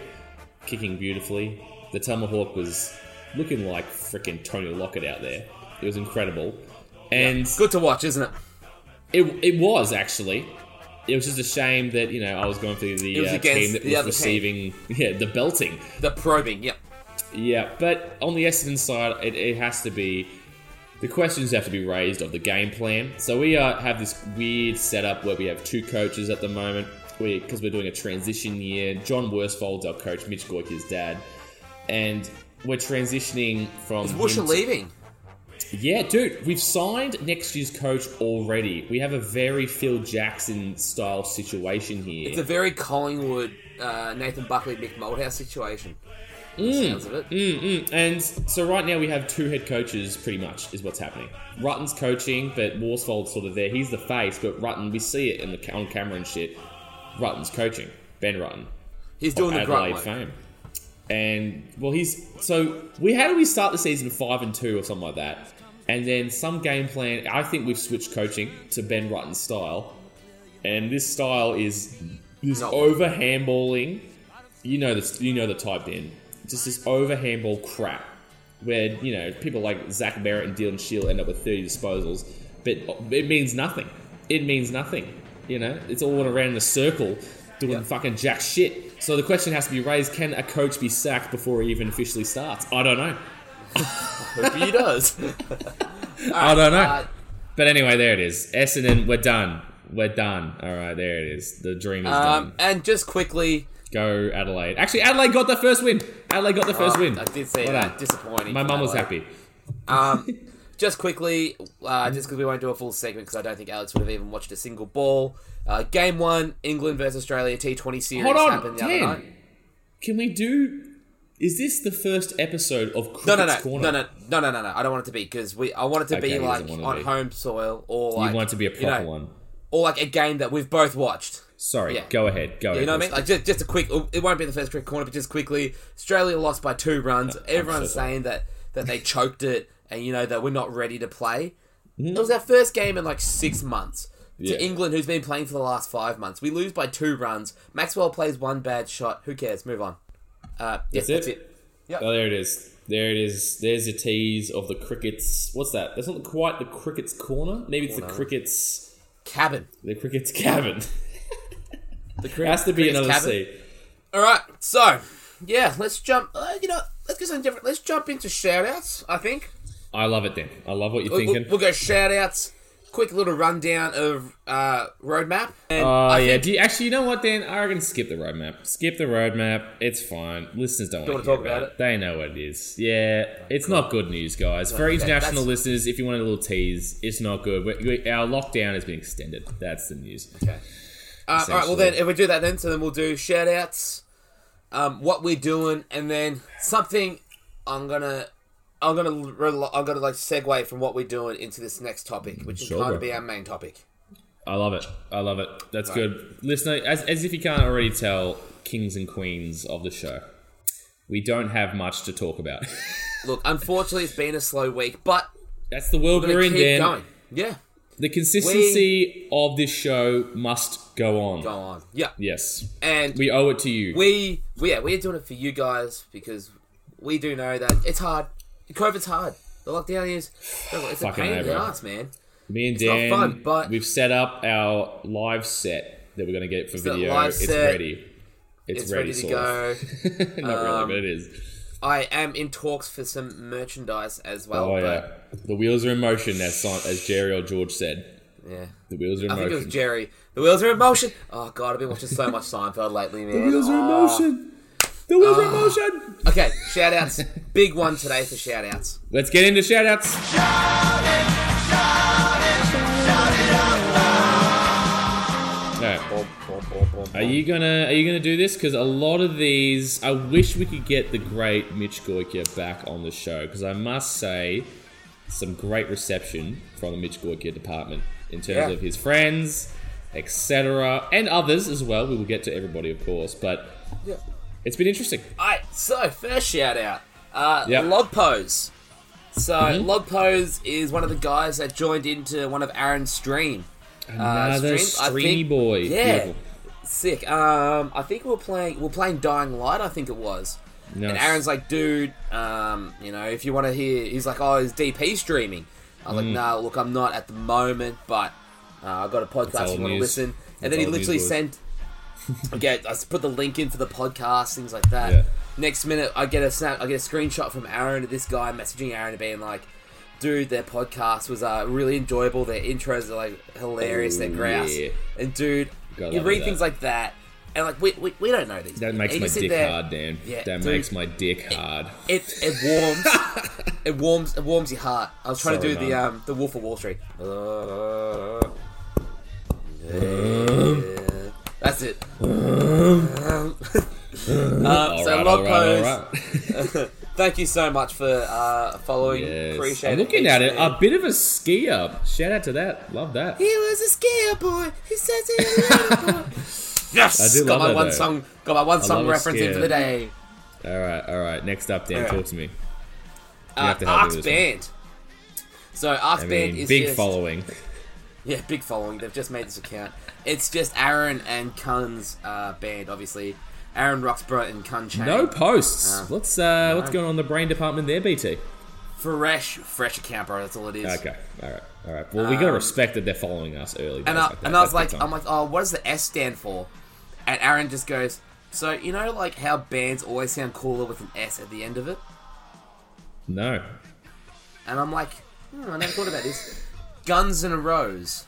[SPEAKER 2] kicking beautifully. The tomahawk was looking like freaking Tony Lockett out there. It was incredible, and
[SPEAKER 1] good to watch, isn't it?
[SPEAKER 2] it, it was actually. It was just a shame that you know I was going through the
[SPEAKER 1] It was
[SPEAKER 2] uh,
[SPEAKER 1] against
[SPEAKER 2] team that
[SPEAKER 1] the
[SPEAKER 2] was
[SPEAKER 1] other team.
[SPEAKER 2] receiving yeah the belting.
[SPEAKER 1] The probing, yep.
[SPEAKER 2] Yeah, but on the Essendon side, it, it has to be the questions have to be raised of the game plan. So we uh, have this weird setup where we have two coaches at the moment because we, are doing a transition year. John Worsfold's our coach, Mitch Goyke's dad, and we're transitioning from.
[SPEAKER 1] Is
[SPEAKER 2] him
[SPEAKER 1] Woosha
[SPEAKER 2] to-
[SPEAKER 1] leaving?
[SPEAKER 2] yeah, dude, we've signed next year's coach already. We have a very Phil Jackson style situation here.
[SPEAKER 1] It's a very Collingwood uh, Nathan Buckley Mick Moldhouse situation. by the
[SPEAKER 2] Mm.
[SPEAKER 1] sounds of it.
[SPEAKER 2] Mm-mm. And so right now we have two head coaches, pretty much, is what's happening. Rutten's coaching, but Worsfold's sort of there. He's the face, but Rutten, we see it in the on camera and shit. Rutten's coaching, Ben Rutten,
[SPEAKER 1] He's doing the
[SPEAKER 2] Adelaide
[SPEAKER 1] grunt work.
[SPEAKER 2] fame. And well, he's so we. How do we start the season five and two or something like that? And then some game plan. I think we've switched coaching to Ben Rutten's style, and this style is this
[SPEAKER 1] No.
[SPEAKER 2] over handballing. You know this. You know the type. Then just this over handball crap, where you know people like Zach Merritt and Dylan Shield end up with thirty disposals, but it means nothing. It means nothing. You know, it's all around in a circle, doing fucking jack shit. So the question has to be raised: Can a coach be sacked before he even officially starts? I don't know.
[SPEAKER 1] Hope he does.
[SPEAKER 2] I don't know.
[SPEAKER 1] Uh,
[SPEAKER 2] but anyway, there it is. Essendon, we're done. We're done. All right, there it is. The dream is
[SPEAKER 1] um,
[SPEAKER 2] done.
[SPEAKER 1] and just quickly,
[SPEAKER 2] Go Adelaide. Actually, Adelaide got the first win. Adelaide got the first
[SPEAKER 1] Oh,
[SPEAKER 2] win.
[SPEAKER 1] I did see
[SPEAKER 2] Well
[SPEAKER 1] that.
[SPEAKER 2] done.
[SPEAKER 1] Disappointing
[SPEAKER 2] My
[SPEAKER 1] for
[SPEAKER 2] mum was
[SPEAKER 1] Adelaide.
[SPEAKER 2] happy.
[SPEAKER 1] just quickly, uh, just because we won't do a full segment because I don't think Alex would have even watched a single ball. Uh, game one, England versus Australia T20 series
[SPEAKER 2] Hold on,
[SPEAKER 1] happened the other night.
[SPEAKER 2] Dan. Can we do? Is this the first episode of Cricket's
[SPEAKER 1] No, no, no, no,
[SPEAKER 2] Corner?
[SPEAKER 1] no, no, no, no, no. I don't want it to be because we. I want it to
[SPEAKER 2] Okay, he
[SPEAKER 1] be
[SPEAKER 2] doesn't
[SPEAKER 1] like
[SPEAKER 2] want to
[SPEAKER 1] on
[SPEAKER 2] be.
[SPEAKER 1] home soil or
[SPEAKER 2] You
[SPEAKER 1] like
[SPEAKER 2] want it to be a
[SPEAKER 1] you
[SPEAKER 2] proper
[SPEAKER 1] know,
[SPEAKER 2] one?
[SPEAKER 1] or like a game that we've both watched.
[SPEAKER 2] Sorry.
[SPEAKER 1] yeah.
[SPEAKER 2] Go ahead. Go ahead.
[SPEAKER 1] You know what I mean? Like just, just a quick. It won't be the first quick corner, but just quickly. Australia lost by two runs. Everyone's
[SPEAKER 2] so sorry.
[SPEAKER 1] saying that that they choked it, and you know that we're not ready to play. It was our first game in like six months.
[SPEAKER 2] Mm-hmm. Yeah.
[SPEAKER 1] To England, who's been playing for the last five months, we lose by two runs. Maxwell plays one bad shot. Who cares? Move on. Uh, yes,
[SPEAKER 2] That's it?
[SPEAKER 1] that's it.
[SPEAKER 2] Oh, there it is. There it is. There's a tease of the crickets. What's that? That's not quite the crickets corner. Maybe it's the crickets.
[SPEAKER 1] Cabin.
[SPEAKER 2] The crickets cabin. the cricket has to be
[SPEAKER 1] crickets
[SPEAKER 2] another
[SPEAKER 1] cabin?
[SPEAKER 2] C.
[SPEAKER 1] All right, so yeah, let's jump. Uh, you know, let's do something different. Let's jump into shout outs, I think.
[SPEAKER 2] I love it, Dan. I love what you're
[SPEAKER 1] We- we-
[SPEAKER 2] thinking.
[SPEAKER 1] We'll, go shout outs, quick little rundown of uh, roadmap. And
[SPEAKER 2] Oh
[SPEAKER 1] I
[SPEAKER 2] yeah.
[SPEAKER 1] think-
[SPEAKER 2] Do you, actually, you know what, Dan? I reckon skip the roadmap. Skip the roadmap. It's fine. Listeners don't, want
[SPEAKER 1] wanna
[SPEAKER 2] to hear
[SPEAKER 1] talk about it?
[SPEAKER 2] They know what it is. Yeah, it's not good news, guys. For
[SPEAKER 1] okay,
[SPEAKER 2] international
[SPEAKER 1] that's-
[SPEAKER 2] listeners, if you want a little tease, it's not good. We, we, our lockdown has been extended. That's the news.
[SPEAKER 1] Okay. Uh, all right. Well,
[SPEAKER 2] Essentially.
[SPEAKER 1] then if we do that, then so then we'll do shout outs, um, what we're doing, and then something I'm gonna. I'm gonna, rel- I'm gonna like segue from what we're doing into this next topic, which is
[SPEAKER 2] Sure,
[SPEAKER 1] kind
[SPEAKER 2] bro.
[SPEAKER 1] of be our main topic.
[SPEAKER 2] I love it. I love it. That's good. Listener, as, as if you can't already tell, kings and queens of the show. We don't have much to talk about.
[SPEAKER 1] Look, unfortunately, it's been a slow week, but
[SPEAKER 2] That's the world
[SPEAKER 1] we're gonna
[SPEAKER 2] we're in,
[SPEAKER 1] keep
[SPEAKER 2] Dan.
[SPEAKER 1] going. Yeah,
[SPEAKER 2] The consistency of this show must go on.
[SPEAKER 1] go on. Yeah,
[SPEAKER 2] Yes.
[SPEAKER 1] and
[SPEAKER 2] We owe it to you.
[SPEAKER 1] we, we yeah we're doing it for you guys because we do know that it's hard. COVID's hard. The lockdown is it's a
[SPEAKER 2] Fucking
[SPEAKER 1] pain
[SPEAKER 2] A,
[SPEAKER 1] in the
[SPEAKER 2] bro.
[SPEAKER 1] ass, man.
[SPEAKER 2] Me and
[SPEAKER 1] not
[SPEAKER 2] Dan,
[SPEAKER 1] fun, but-
[SPEAKER 2] we've set up our live set that we're going to get for
[SPEAKER 1] that
[SPEAKER 2] video.
[SPEAKER 1] live
[SPEAKER 2] it's
[SPEAKER 1] set.
[SPEAKER 2] ready. It's,
[SPEAKER 1] It's ready, to
[SPEAKER 2] sort of.
[SPEAKER 1] go.
[SPEAKER 2] Not really, but it is.
[SPEAKER 1] I am in talks for some merchandise as well.
[SPEAKER 2] Oh, yeah.
[SPEAKER 1] but
[SPEAKER 2] The wheels are in motion, as, Son- as Jerry or George said.
[SPEAKER 1] yeah.
[SPEAKER 2] The wheels are in
[SPEAKER 1] I think
[SPEAKER 2] motion.
[SPEAKER 1] it was Jerry. The wheels are in motion. Oh god, I've been watching so much Seinfeld lately, man.
[SPEAKER 2] The wheels are in
[SPEAKER 1] Ah.
[SPEAKER 2] motion. The wheels are in motion.
[SPEAKER 1] Oh. Okay, shout outs. Big one today for shout outs.
[SPEAKER 2] Let's get into shout outs. Alright. Are you gonna are you gonna do this? Because a lot of these, I wish we could get the great Mitch Goikia back on the show. Because I must say, some great reception from the Mitch Goikia department in terms
[SPEAKER 1] Yeah.
[SPEAKER 2] of his friends, etc., and others as well. We will get to everybody, of course, but
[SPEAKER 1] Yeah.
[SPEAKER 2] it's been interesting.
[SPEAKER 1] Alright, so first shout out. Uh
[SPEAKER 2] Yep. Mm-hmm.
[SPEAKER 1] Log Pose. So Log Pose is one of the guys that joined into one of Aaron's stream. Uh,
[SPEAKER 2] Another
[SPEAKER 1] stream, I
[SPEAKER 2] streamy
[SPEAKER 1] think-
[SPEAKER 2] boy.
[SPEAKER 1] yeah.
[SPEAKER 2] Beautiful.
[SPEAKER 1] Sick. Um I think we we're playing we we're playing Dying Light, I think it was. And
[SPEAKER 2] Nice.
[SPEAKER 1] Aaron's like, dude, um, you know, if you want to hear, he's like, oh, is DP streaming? I'm
[SPEAKER 2] Mm.
[SPEAKER 1] like, nah, look, I'm not at the moment, but uh, I've got a podcast
[SPEAKER 2] old
[SPEAKER 1] if you want to
[SPEAKER 2] news.
[SPEAKER 1] listen. And
[SPEAKER 2] That's
[SPEAKER 1] then he
[SPEAKER 2] old news,
[SPEAKER 1] literally
[SPEAKER 2] boys.
[SPEAKER 1] sent, okay, I s- put the link in for the podcast, things like that.
[SPEAKER 2] Yeah.
[SPEAKER 1] Next minute, I get a snap, I get a screenshot from Aaron of this guy messaging Aaron and being like, dude, their podcast was uh, really enjoyable. Their intros are like hilarious. They're
[SPEAKER 2] Oh,
[SPEAKER 1] grouse.
[SPEAKER 2] yeah.
[SPEAKER 1] And dude,
[SPEAKER 2] Gotta
[SPEAKER 1] you
[SPEAKER 2] love
[SPEAKER 1] read
[SPEAKER 2] that.
[SPEAKER 1] things like that, and like we, we, we don't know these.
[SPEAKER 2] That
[SPEAKER 1] people.
[SPEAKER 2] makes
[SPEAKER 1] And
[SPEAKER 2] my
[SPEAKER 1] you sit
[SPEAKER 2] dick
[SPEAKER 1] there-
[SPEAKER 2] hard, Dan.
[SPEAKER 1] Yeah,
[SPEAKER 2] that
[SPEAKER 1] dude.
[SPEAKER 2] makes my dick hard.
[SPEAKER 1] It it warms. it warms. It warms your heart. I was trying
[SPEAKER 2] Sorry,
[SPEAKER 1] to do the
[SPEAKER 2] man.
[SPEAKER 1] um the Wolf of Wall Street. That's it. Um,
[SPEAKER 2] All
[SPEAKER 1] so
[SPEAKER 2] right,
[SPEAKER 1] log
[SPEAKER 2] all right, all
[SPEAKER 1] pose.
[SPEAKER 2] right.
[SPEAKER 1] Thank you so much for uh, following.
[SPEAKER 2] Yes.
[SPEAKER 1] Appreciate
[SPEAKER 2] I'm
[SPEAKER 1] it.
[SPEAKER 2] looking at it.
[SPEAKER 1] Thanks, man.
[SPEAKER 2] A bit of a ski up. Shout out to that. Love that.
[SPEAKER 1] He was a scare boy. He says he was a little boy. Yes,
[SPEAKER 2] I do
[SPEAKER 1] got
[SPEAKER 2] love
[SPEAKER 1] my
[SPEAKER 2] that,
[SPEAKER 1] one
[SPEAKER 2] though.
[SPEAKER 1] song. Got my one song
[SPEAKER 2] love a
[SPEAKER 1] reference in
[SPEAKER 2] scare.
[SPEAKER 1] for the day.
[SPEAKER 2] All right, all right. Next up, Dan,
[SPEAKER 1] All right.
[SPEAKER 2] talk to me. You
[SPEAKER 1] Uh,
[SPEAKER 2] have to help me
[SPEAKER 1] Arts
[SPEAKER 2] with this one.
[SPEAKER 1] Band. So Arts
[SPEAKER 2] I
[SPEAKER 1] Band
[SPEAKER 2] mean,
[SPEAKER 1] is
[SPEAKER 2] big
[SPEAKER 1] just-
[SPEAKER 2] following.
[SPEAKER 1] Yeah, big following. They've just made this account. It's just Aaron and Cun's uh, band, obviously. Aaron Roxburgh and Cun Chang.
[SPEAKER 2] No posts.
[SPEAKER 1] Uh,
[SPEAKER 2] what's uh, what's going on in the brain department there, BT?
[SPEAKER 1] Fresh, fresh account, bro. That's all it is.
[SPEAKER 2] Okay, all right, all right. Well, we gotta respect that they're following us early.
[SPEAKER 1] Um, And
[SPEAKER 2] days
[SPEAKER 1] I,
[SPEAKER 2] like that.
[SPEAKER 1] and I was
[SPEAKER 2] That's
[SPEAKER 1] like,
[SPEAKER 2] good
[SPEAKER 1] I'm like, oh, what does the S stand for? And Aaron just goes, so you know, like how bands always sound cooler with an S at the end of it.
[SPEAKER 2] no.
[SPEAKER 1] And I'm like, hmm, I never thought about this. Guns and Rose,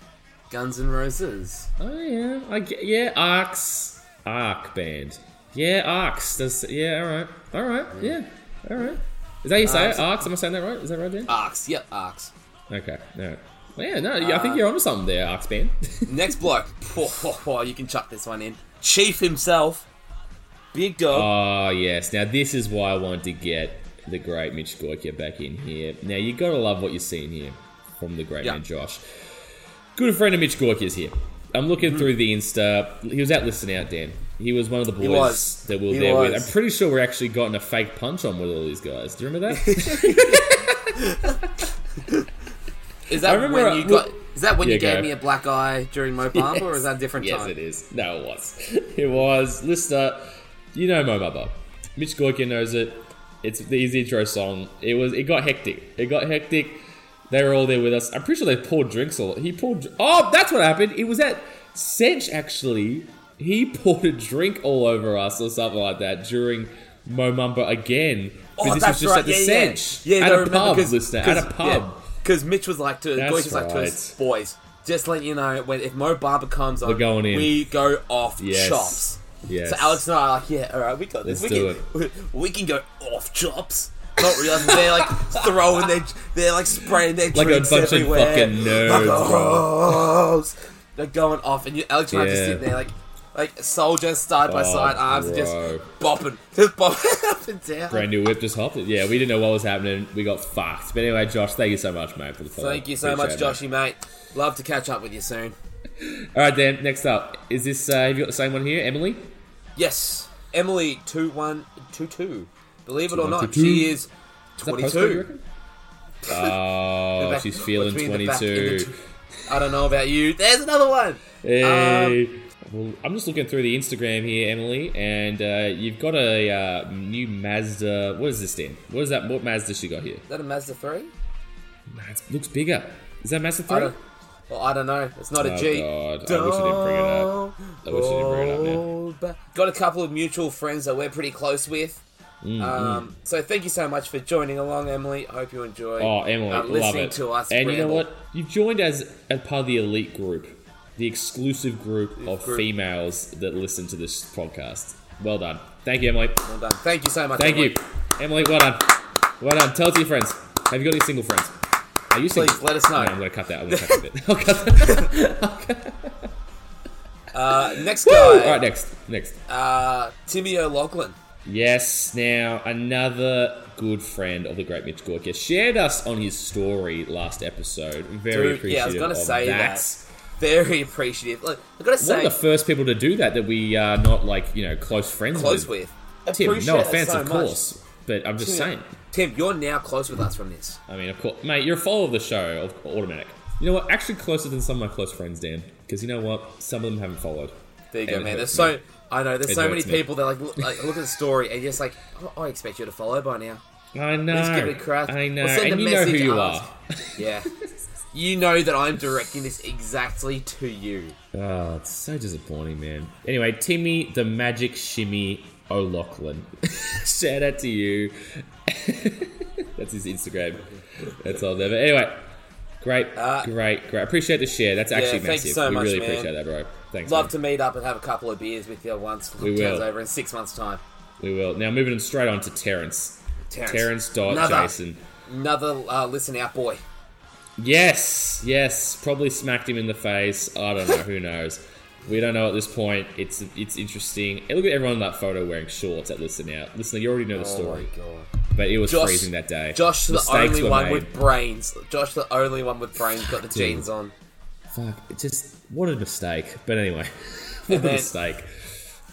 [SPEAKER 1] Guns and Roses.
[SPEAKER 2] Oh yeah, I get, yeah. Arcs, Arc band. Yeah, Arcs. That's yeah. All right, all right. Yeah, all right. Is that how you say it? Arcs? Uh, Am I saying that right? Is that right, Dan?
[SPEAKER 1] Arcs, yep, Arcs.
[SPEAKER 2] Okay, all right. Well, yeah, no. I think you're onto something there, Arcs band.
[SPEAKER 1] Next bloke, you can chuck this one in. Chief himself, big dog.
[SPEAKER 2] Oh, yes. Now, this is why I wanted to get the great Mitch Goitia back in here. Now, you got to love what you're seeing here from the great
[SPEAKER 1] Yeah.
[SPEAKER 2] man Josh. Good friend of Mitch Goitia is here. I'm looking
[SPEAKER 1] Mm-hmm.
[SPEAKER 2] through the Insta. He was at Listen Out, Dan. He was one of the boys
[SPEAKER 1] was.
[SPEAKER 2] that we were
[SPEAKER 1] He
[SPEAKER 2] there with.
[SPEAKER 1] was.
[SPEAKER 2] I'm pretty sure we're actually gotten a fake punch on with all these guys. Do you remember that?
[SPEAKER 1] Is that
[SPEAKER 2] I remember,
[SPEAKER 1] when you
[SPEAKER 2] uh,
[SPEAKER 1] got?
[SPEAKER 2] well-
[SPEAKER 1] Is that when you
[SPEAKER 2] Yeah, go.
[SPEAKER 1] gave me a black eye during Mo Bamba, or is that a different
[SPEAKER 2] yes,
[SPEAKER 1] time?
[SPEAKER 2] it is. No, it was. It was. Listener, you know Mo Mother. Mitch Gorkin knows it. It's his intro song. It was. It got hectic. It got hectic. They were all there with us. I'm pretty sure they poured drinks. All he poured. Oh, that's what happened. It was at Sench actually. He poured a drink all over us or something like that during Mo Mumba again. But
[SPEAKER 1] Oh,
[SPEAKER 2] this
[SPEAKER 1] that's
[SPEAKER 2] was just
[SPEAKER 1] right.
[SPEAKER 2] at the
[SPEAKER 1] yeah, yeah.
[SPEAKER 2] Sench.
[SPEAKER 1] Yeah,
[SPEAKER 2] at
[SPEAKER 1] no,
[SPEAKER 2] a
[SPEAKER 1] remember,
[SPEAKER 2] pub,
[SPEAKER 1] 'cause-
[SPEAKER 2] listener.
[SPEAKER 1] 'cause-
[SPEAKER 2] At a pub.
[SPEAKER 1] yeah. because Mitch was like to
[SPEAKER 2] That's
[SPEAKER 1] Goich was like to us,
[SPEAKER 2] right.
[SPEAKER 1] boys, just let you know when if Mo Barber comes on,
[SPEAKER 2] going in."
[SPEAKER 1] we go off
[SPEAKER 2] Yes.
[SPEAKER 1] chops.
[SPEAKER 2] Yes.
[SPEAKER 1] So Alex and I are like, yeah, all right, we got this.
[SPEAKER 2] Let's
[SPEAKER 1] we
[SPEAKER 2] do
[SPEAKER 1] can, We, we can go off chops. Not realizing they're like throwing their, they're like spraying their
[SPEAKER 2] Like a
[SPEAKER 1] drinks
[SPEAKER 2] bunch of
[SPEAKER 1] everywhere.
[SPEAKER 2] fucking nerds,
[SPEAKER 1] Like,
[SPEAKER 2] bro.
[SPEAKER 1] "Ohs." They're going off, and you, Alex and I just
[SPEAKER 2] Yeah.
[SPEAKER 1] sitting there like, like soldiers side by
[SPEAKER 2] Oh,
[SPEAKER 1] side, arms just
[SPEAKER 2] bro.
[SPEAKER 1] bopping, just bopping up and down.
[SPEAKER 2] Brand new whip just hopped. it. Yeah, we didn't know what was happening. We got fucked. But anyway, Josh, thank you so much, mate, for the follow.
[SPEAKER 1] Thank you so much,
[SPEAKER 2] Appreciate
[SPEAKER 1] Joshy,
[SPEAKER 2] it,
[SPEAKER 1] mate. Love to catch up with you soon.
[SPEAKER 2] mate. All right, Dan. Next up, is this? Uh, have you got the same one here, Emily?
[SPEAKER 1] Yes, Emily two one two two. Believe it or not,
[SPEAKER 2] 2122.
[SPEAKER 1] she is
[SPEAKER 2] Is that
[SPEAKER 1] twenty
[SPEAKER 2] postcode, you
[SPEAKER 1] two.
[SPEAKER 2] reckon? Oh,
[SPEAKER 1] back-
[SPEAKER 2] she's feeling
[SPEAKER 1] between the back and the
[SPEAKER 2] 22.
[SPEAKER 1] two. I don't know about you. There's another one.
[SPEAKER 2] Hey.
[SPEAKER 1] Um,
[SPEAKER 2] well, I'm just looking through the Instagram here, Emily, and uh, you've got a uh, new Mazda. What is this, Dan? What is that? What Mazda she got here?
[SPEAKER 1] Is that a Mazda three?
[SPEAKER 2] Nah, it looks bigger. Is that Mazda 3?
[SPEAKER 1] I don't. Well, I don't know. It's not a
[SPEAKER 2] Oh,
[SPEAKER 1] G.
[SPEAKER 2] God. I wish I didn't bring it up. I wish I didn't bring it up, man.
[SPEAKER 1] Hold back. Got a couple of mutual friends that we're pretty close with.
[SPEAKER 2] Mm,
[SPEAKER 1] Um, so thank you so much for joining along, Emily. Hope you enjoy.
[SPEAKER 2] Oh, Emily,
[SPEAKER 1] uh, listening
[SPEAKER 2] love it.
[SPEAKER 1] to us.
[SPEAKER 2] and you know
[SPEAKER 1] ramble.
[SPEAKER 2] what? You've joined as a part of the elite group, the exclusive group of
[SPEAKER 1] group.
[SPEAKER 2] females that listen to this podcast. Well done. Thank you, Emily.
[SPEAKER 1] Well done. Thank you so much.
[SPEAKER 2] Thank
[SPEAKER 1] Emily.
[SPEAKER 2] you, Emily. Well done. Well done. Tell it to your friends. Have you got any single friends? Are you single?
[SPEAKER 1] Please let us know.
[SPEAKER 2] No, I'm gonna cut that. I'm gonna cut that. bit. I'll cut that.
[SPEAKER 1] Next guy,
[SPEAKER 2] All right, next, next.
[SPEAKER 1] uh, Timmy O'Loughlin.
[SPEAKER 2] Yes, now another good friend of the great Mitch Gorka shared us on his story last episode. Very
[SPEAKER 1] Dude, yeah, I
[SPEAKER 2] appreciative
[SPEAKER 1] was gonna
[SPEAKER 2] of
[SPEAKER 1] say that.
[SPEAKER 2] that.
[SPEAKER 1] Very appreciative. Like, I gotta
[SPEAKER 2] One of
[SPEAKER 1] say,
[SPEAKER 2] the first people to do that that we are not like you know close friends
[SPEAKER 1] close
[SPEAKER 2] with.
[SPEAKER 1] with.
[SPEAKER 2] Tim,
[SPEAKER 1] Appreciate
[SPEAKER 2] no
[SPEAKER 1] it
[SPEAKER 2] offense,
[SPEAKER 1] so
[SPEAKER 2] of
[SPEAKER 1] much.
[SPEAKER 2] course, but I'm just saying.
[SPEAKER 1] Tim, you're now close with us from this.
[SPEAKER 2] I mean, of course, mate, you're a follower of the show, au- automatic. You know what? Actually, closer than some of my close friends, Dan, because you know what? Some of them haven't followed.
[SPEAKER 1] There you
[SPEAKER 2] It
[SPEAKER 1] go, man. There's
[SPEAKER 2] hurts
[SPEAKER 1] so
[SPEAKER 2] me.
[SPEAKER 1] I know. There's
[SPEAKER 2] It
[SPEAKER 1] so many
[SPEAKER 2] hurts me.
[SPEAKER 1] people that like look, like look at the story and just like, oh, I expect you to follow by now.
[SPEAKER 2] I know.
[SPEAKER 1] Just give it a crack.
[SPEAKER 2] I know,
[SPEAKER 1] Or send
[SPEAKER 2] and
[SPEAKER 1] a
[SPEAKER 2] you know who
[SPEAKER 1] message,
[SPEAKER 2] you
[SPEAKER 1] ask.
[SPEAKER 2] are.
[SPEAKER 1] Yeah, you know that I'm directing this exactly to you.
[SPEAKER 2] Oh, it's so disappointing, man. Anyway, Timmy the Magic Shimmy O'Loughlin. Shout out to you. That's his Instagram. That's all there. But anyway, great, great, great. Appreciate the share. That's actually
[SPEAKER 1] Uh, thank you
[SPEAKER 2] massive.
[SPEAKER 1] so
[SPEAKER 2] we
[SPEAKER 1] much,
[SPEAKER 2] really
[SPEAKER 1] man.
[SPEAKER 2] appreciate that, bro. Thanks.
[SPEAKER 1] Love
[SPEAKER 2] man.
[SPEAKER 1] to meet up and have a couple of beers with you once
[SPEAKER 2] We
[SPEAKER 1] lockdown's
[SPEAKER 2] will.
[SPEAKER 1] over in six months' time.
[SPEAKER 2] We will. Now moving on straight on to Terrence.
[SPEAKER 1] Terrence,
[SPEAKER 2] Terrence dot
[SPEAKER 1] Another-
[SPEAKER 2] Jason.
[SPEAKER 1] another uh, listen out boy.
[SPEAKER 2] Yes, yes. Probably smacked him in the face. I don't know. Who knows? We don't know at this point. It's it's interesting. Hey, look at everyone in that photo wearing shorts at Listen Out. Listen, you already know the story,
[SPEAKER 1] Oh my god.
[SPEAKER 2] but it was
[SPEAKER 1] Josh-
[SPEAKER 2] freezing that day.
[SPEAKER 1] Josh, the
[SPEAKER 2] Mistakes
[SPEAKER 1] only
[SPEAKER 2] were
[SPEAKER 1] one
[SPEAKER 2] made.
[SPEAKER 1] with brains. Josh, the only one with brains, got the jeans on.
[SPEAKER 2] fuck. It just what a mistake. But anyway, what a
[SPEAKER 1] then-
[SPEAKER 2] mistake.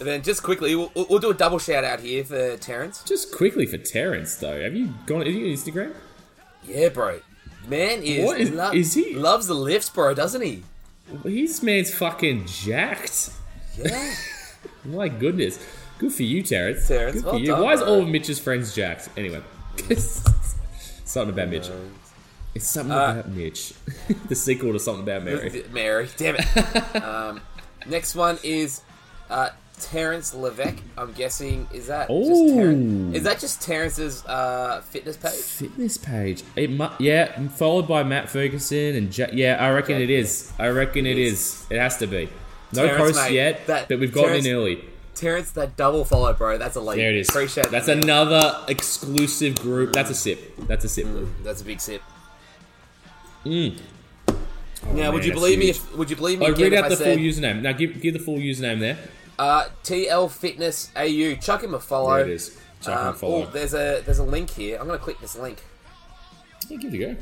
[SPEAKER 1] And then just quickly, we'll, we'll do a double shout out here for Terrence.
[SPEAKER 2] Just quickly for Terrence though. Have you gone? Have you got Instagram?
[SPEAKER 1] Yeah, bro. Man is,
[SPEAKER 2] What is-
[SPEAKER 1] lo-
[SPEAKER 2] is he-
[SPEAKER 1] loves the lifts, bro, doesn't he?
[SPEAKER 2] His man's fucking jacked.
[SPEAKER 1] Yeah.
[SPEAKER 2] My goodness. Good for you, Terrence.
[SPEAKER 1] Terrence,
[SPEAKER 2] Good for
[SPEAKER 1] well
[SPEAKER 2] you.
[SPEAKER 1] done,
[SPEAKER 2] Why is
[SPEAKER 1] bro.
[SPEAKER 2] all of Mitch's friends jacked? Anyway. something about Mitch. It's something
[SPEAKER 1] Uh,
[SPEAKER 2] about Mitch. the sequel to Something About Mary.
[SPEAKER 1] Mary, damn it. um, next one is uh, Terrence Levesque. I'm guessing is that just
[SPEAKER 2] Ooh.
[SPEAKER 1] Terrence? Is that just Terrence's uh, fitness page?
[SPEAKER 2] Fitness page. It mu- yeah, followed by Matt Ferguson and ja- yeah, I reckon it is. I reckon it is. It has to be. No
[SPEAKER 1] Terrence,
[SPEAKER 2] posts
[SPEAKER 1] mate,
[SPEAKER 2] yet,
[SPEAKER 1] that-
[SPEAKER 2] but we've gotten
[SPEAKER 1] Terrence-
[SPEAKER 2] in early.
[SPEAKER 1] Terrence, that double follow, bro. That's a lead.
[SPEAKER 2] There it is.
[SPEAKER 1] Appreciate
[SPEAKER 2] That's
[SPEAKER 1] it.
[SPEAKER 2] another exclusive group. That's a sip. That's a sip.
[SPEAKER 1] That's a big sip. now,
[SPEAKER 2] Oh, man,
[SPEAKER 1] would you
[SPEAKER 2] that's
[SPEAKER 1] believe me?
[SPEAKER 2] huge.
[SPEAKER 1] If, would you believe me?
[SPEAKER 2] Oh,
[SPEAKER 1] again
[SPEAKER 2] Mm. read
[SPEAKER 1] if
[SPEAKER 2] out
[SPEAKER 1] I
[SPEAKER 2] the
[SPEAKER 1] said,
[SPEAKER 2] full username. Now give give the full username there.
[SPEAKER 1] Uh, TL Fitness AU. Chuck him a follow.
[SPEAKER 2] There it is. So I can
[SPEAKER 1] Um,
[SPEAKER 2] follow.
[SPEAKER 1] oh, there's a there's a link here. I'm gonna click this link.
[SPEAKER 2] Yeah, give it a go.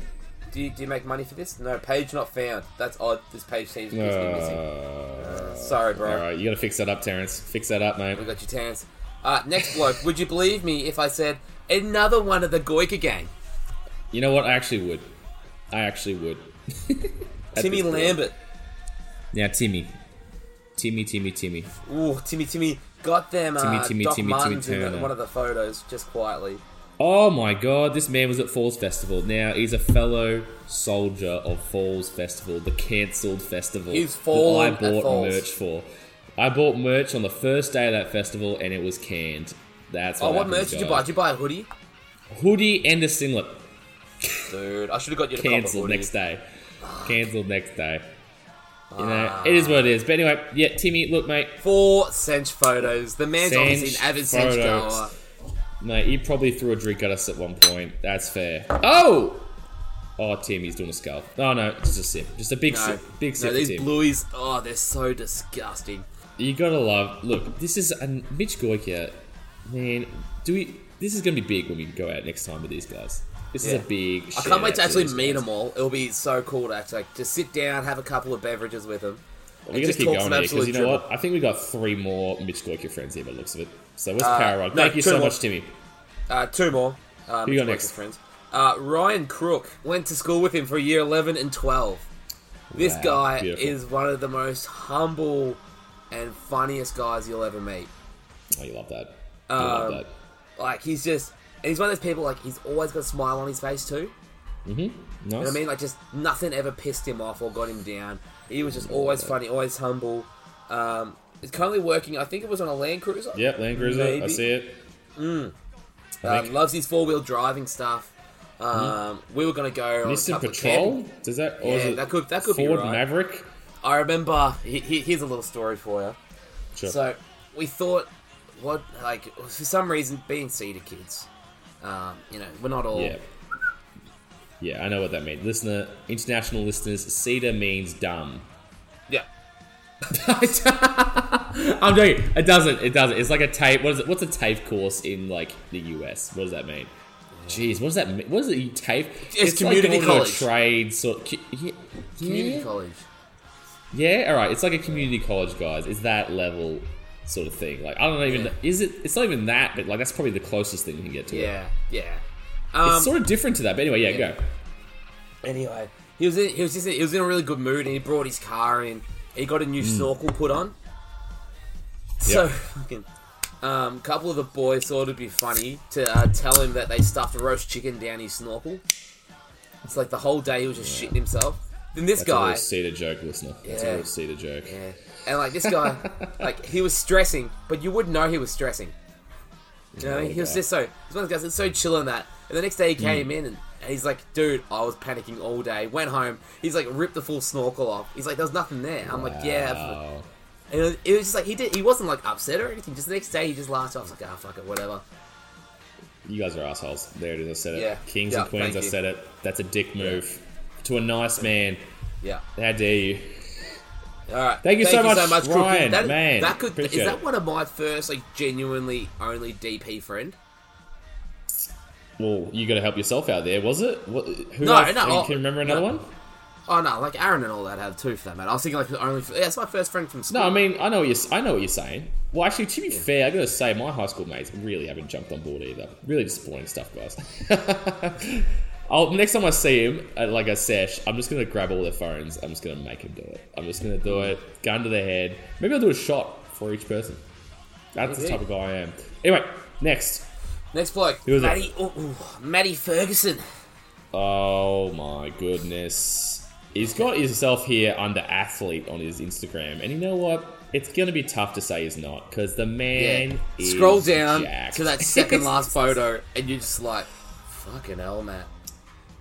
[SPEAKER 1] Do you, do you make money for this? No, page not found. That's odd. This page seems to be missing.
[SPEAKER 2] Uh,
[SPEAKER 1] Sorry, bro.
[SPEAKER 2] all right, you gotta fix that up, Terrence. Fix that up, mate.
[SPEAKER 1] We got you, Terrence. Uh, next bloke. would you believe me if I said another one of the Goika gang?
[SPEAKER 2] You know what? I actually would. I actually would. At
[SPEAKER 1] Timmy
[SPEAKER 2] this point.
[SPEAKER 1] Lambert.
[SPEAKER 2] Now, Timmy. Timmy, Timmy, Timmy.
[SPEAKER 1] Ooh, Timmy, Timmy got them.
[SPEAKER 2] Timmy,
[SPEAKER 1] uh,
[SPEAKER 2] Timmy,
[SPEAKER 1] Doc
[SPEAKER 2] Timmy, Timmy
[SPEAKER 1] Martens in the-
[SPEAKER 2] Turner.
[SPEAKER 1] one of the photos, just quietly.
[SPEAKER 2] Oh my god, this man was at Falls Festival. Now, he's a fellow soldier of Falls Festival, the cancelled festival
[SPEAKER 1] He's
[SPEAKER 2] that I
[SPEAKER 1] fallen at
[SPEAKER 2] bought
[SPEAKER 1] Falls.
[SPEAKER 2] merch for. I bought merch on the first day of that festival and it was canned. That's
[SPEAKER 1] Oh,
[SPEAKER 2] what
[SPEAKER 1] what
[SPEAKER 2] happened,
[SPEAKER 1] merch did you buy?
[SPEAKER 2] guys.
[SPEAKER 1] Did you buy a hoodie?
[SPEAKER 2] Hoodie and a singlet.
[SPEAKER 1] dude. I should have got you to
[SPEAKER 2] Cancelled next day. Cancelled next day. You know,
[SPEAKER 1] Ah.
[SPEAKER 2] it is what it is. But anyway, yeah, Timmy, look, mate,
[SPEAKER 1] Four cinch photos. The man's
[SPEAKER 2] Cinch
[SPEAKER 1] obviously an avid cinch
[SPEAKER 2] photos.
[SPEAKER 1] goer.
[SPEAKER 2] mate, you probably threw a drink at us at one point. That's fair. Oh, oh, Tim, he's doing a skull. Oh no, just a sip, just a big
[SPEAKER 1] No,
[SPEAKER 2] sip, big sip.
[SPEAKER 1] no,
[SPEAKER 2] for
[SPEAKER 1] these
[SPEAKER 2] Tim.
[SPEAKER 1] blueies. Oh, they're so disgusting.
[SPEAKER 2] You gotta love. Look, this is a Mitch Goica, man. Do we? This is gonna be big when we go out next time with these guys. This
[SPEAKER 1] Yeah.
[SPEAKER 2] is a big.
[SPEAKER 1] I can't wait to actually meet
[SPEAKER 2] them.
[SPEAKER 1] them all. It'll be so cool to actually like, just sit down, have a couple of beverages with them.
[SPEAKER 2] We're gonna
[SPEAKER 1] just
[SPEAKER 2] keep
[SPEAKER 1] talk
[SPEAKER 2] going
[SPEAKER 1] some
[SPEAKER 2] here because
[SPEAKER 1] absolute
[SPEAKER 2] you know what? I think we got three more Mitch Goica friends here, by the looks of it. So where's the power rod?
[SPEAKER 1] Uh, no,
[SPEAKER 2] Thank you
[SPEAKER 1] two
[SPEAKER 2] so
[SPEAKER 1] more.
[SPEAKER 2] much, Timmy.
[SPEAKER 1] Uh, two more. Um,
[SPEAKER 2] Who you
[SPEAKER 1] Mitch
[SPEAKER 2] got
[SPEAKER 1] Crook's
[SPEAKER 2] next?
[SPEAKER 1] Friends. Uh, Ryan Crook went to school with him for year 11 and 12. This
[SPEAKER 2] Wow,
[SPEAKER 1] guy
[SPEAKER 2] beautiful.
[SPEAKER 1] is one of the most humble and funniest guys you'll ever meet.
[SPEAKER 2] Oh, you love that. You
[SPEAKER 1] Um,
[SPEAKER 2] love that.
[SPEAKER 1] Like, he's just. And he's one of those people, like, he's always got a smile on his face, too.
[SPEAKER 2] Nice.
[SPEAKER 1] You know what I mean? Like, just nothing ever pissed him off or got him down. He was just always funny, always humble. Um, he's currently working, I think it was on a Land Cruiser.
[SPEAKER 2] Yep, Land Cruiser. I
[SPEAKER 1] Maybe.
[SPEAKER 2] see it. I
[SPEAKER 1] Um,
[SPEAKER 2] think.
[SPEAKER 1] loves his four wheel driving stuff. Um, We were going to go on a
[SPEAKER 2] Nissan
[SPEAKER 1] couple of
[SPEAKER 2] Patrol. Does that? Or is
[SPEAKER 1] Yeah,
[SPEAKER 2] it
[SPEAKER 1] that could- that could be
[SPEAKER 2] Ford
[SPEAKER 1] right.
[SPEAKER 2] Maverick.
[SPEAKER 1] I remember. He, he, here's a little story for you.
[SPEAKER 2] Sure.
[SPEAKER 1] So we thought, what like for some reason, being cedar kids, um, you know, we're not all.
[SPEAKER 2] Yeah. Yeah, I know what that means. Listener, international listeners, cedar means dumb.
[SPEAKER 1] Yeah.
[SPEAKER 2] I'm joking. It doesn't. It doesn't. It's like a tape. What is it? What's a TAFE course in like the US? What does that mean? Jeez, what does that mean? What is it? TAFE?
[SPEAKER 1] It's community
[SPEAKER 2] like going to a
[SPEAKER 1] college.
[SPEAKER 2] trade sort. cu- Yeah,
[SPEAKER 1] Community
[SPEAKER 2] yeah.
[SPEAKER 1] college.
[SPEAKER 2] Yeah. All right. It's like a community college, guys. It's that level sort of thing. Like I don't even.
[SPEAKER 1] Yeah.
[SPEAKER 2] Is it? It's not even that. But like that's probably the closest thing you can get to it.
[SPEAKER 1] Yeah, yeah. Um,
[SPEAKER 2] It's sort of different to that. But anyway, yeah,
[SPEAKER 1] yeah.
[SPEAKER 2] go.
[SPEAKER 1] Anyway, he was in, he was just in, he was in a really good mood, and he brought his car in. He got a new snorkel put on. So,
[SPEAKER 2] Hmm. Yep.
[SPEAKER 1] fucking, um, couple of the boys thought it'd be funny to uh, tell him that they stuffed roast chicken down his snorkel. It's like the whole day he was just shitting himself. Then this
[SPEAKER 2] That's a
[SPEAKER 1] guy,
[SPEAKER 2] real cedar joke, listener. That's
[SPEAKER 1] Yeah.
[SPEAKER 2] a real cedar joke.
[SPEAKER 1] Yeah. And like this guy, like he was stressing, but you wouldn't know he was stressing. You know, he was just so. He's one of those guys that's so chill on that. And the next day he came
[SPEAKER 2] Mm.
[SPEAKER 1] in and, and he's like, "Dude, I was panicking all day." Went home. He's like, ripped the full snorkel off. He's like, "There's nothing there." I'm like, "Yeah."
[SPEAKER 2] Wow.
[SPEAKER 1] And it was, it was just like he did. He wasn't like upset or anything. Just the next day he just laughed. I was like, "Ah, fuck it, whatever."
[SPEAKER 2] You guys are assholes. There it is. I said it.
[SPEAKER 1] Yeah.
[SPEAKER 2] Kings
[SPEAKER 1] Yeah,
[SPEAKER 2] and queens.
[SPEAKER 1] thank
[SPEAKER 2] I
[SPEAKER 1] you.
[SPEAKER 2] said it. That's a dick move to a nice man.
[SPEAKER 1] Yeah.
[SPEAKER 2] How dare you?
[SPEAKER 1] All right.
[SPEAKER 2] Thank you so much,
[SPEAKER 1] Crookie.
[SPEAKER 2] Ryan,
[SPEAKER 1] That,
[SPEAKER 2] man.
[SPEAKER 1] that could is
[SPEAKER 2] Appreciate
[SPEAKER 1] that
[SPEAKER 2] it.
[SPEAKER 1] one of my first like genuinely only DP friend?
[SPEAKER 2] Well, you got to help yourself out there. Was it? What, who
[SPEAKER 1] No,
[SPEAKER 2] else-
[SPEAKER 1] no,
[SPEAKER 2] Can
[SPEAKER 1] I'll-
[SPEAKER 2] you remember another
[SPEAKER 1] no.
[SPEAKER 2] one?
[SPEAKER 1] Oh no, like Aaron and all that have too for that matter. I was thinking like the only yeah, it's my first friend from school.
[SPEAKER 2] No, I mean I know what you're. I know what you're saying. Well, actually, to be fair, I got to say my high school mates really haven't jumped on board either. Really disappointing stuff, guys. I'll, next time I see him at like a sesh, I'm just gonna grab all their phones. I'm just gonna make them do it. I'm just gonna do it. Gun to their head. Maybe I'll do a shot for each person. That's the
[SPEAKER 1] Maybe.
[SPEAKER 2] type of guy I am. Anyway, next.
[SPEAKER 1] Next bloke,
[SPEAKER 2] was it?
[SPEAKER 1] Maddie, ooh, ooh, Maddie Ferguson.
[SPEAKER 2] Oh my goodness. He's got himself here under athlete on his Instagram, and you know what? It's gonna be tough to say he's not because the man.
[SPEAKER 1] Yeah.
[SPEAKER 2] Is
[SPEAKER 1] Scroll down
[SPEAKER 2] jacked.
[SPEAKER 1] to that second last photo, and you're just like, fucking hell, Matt.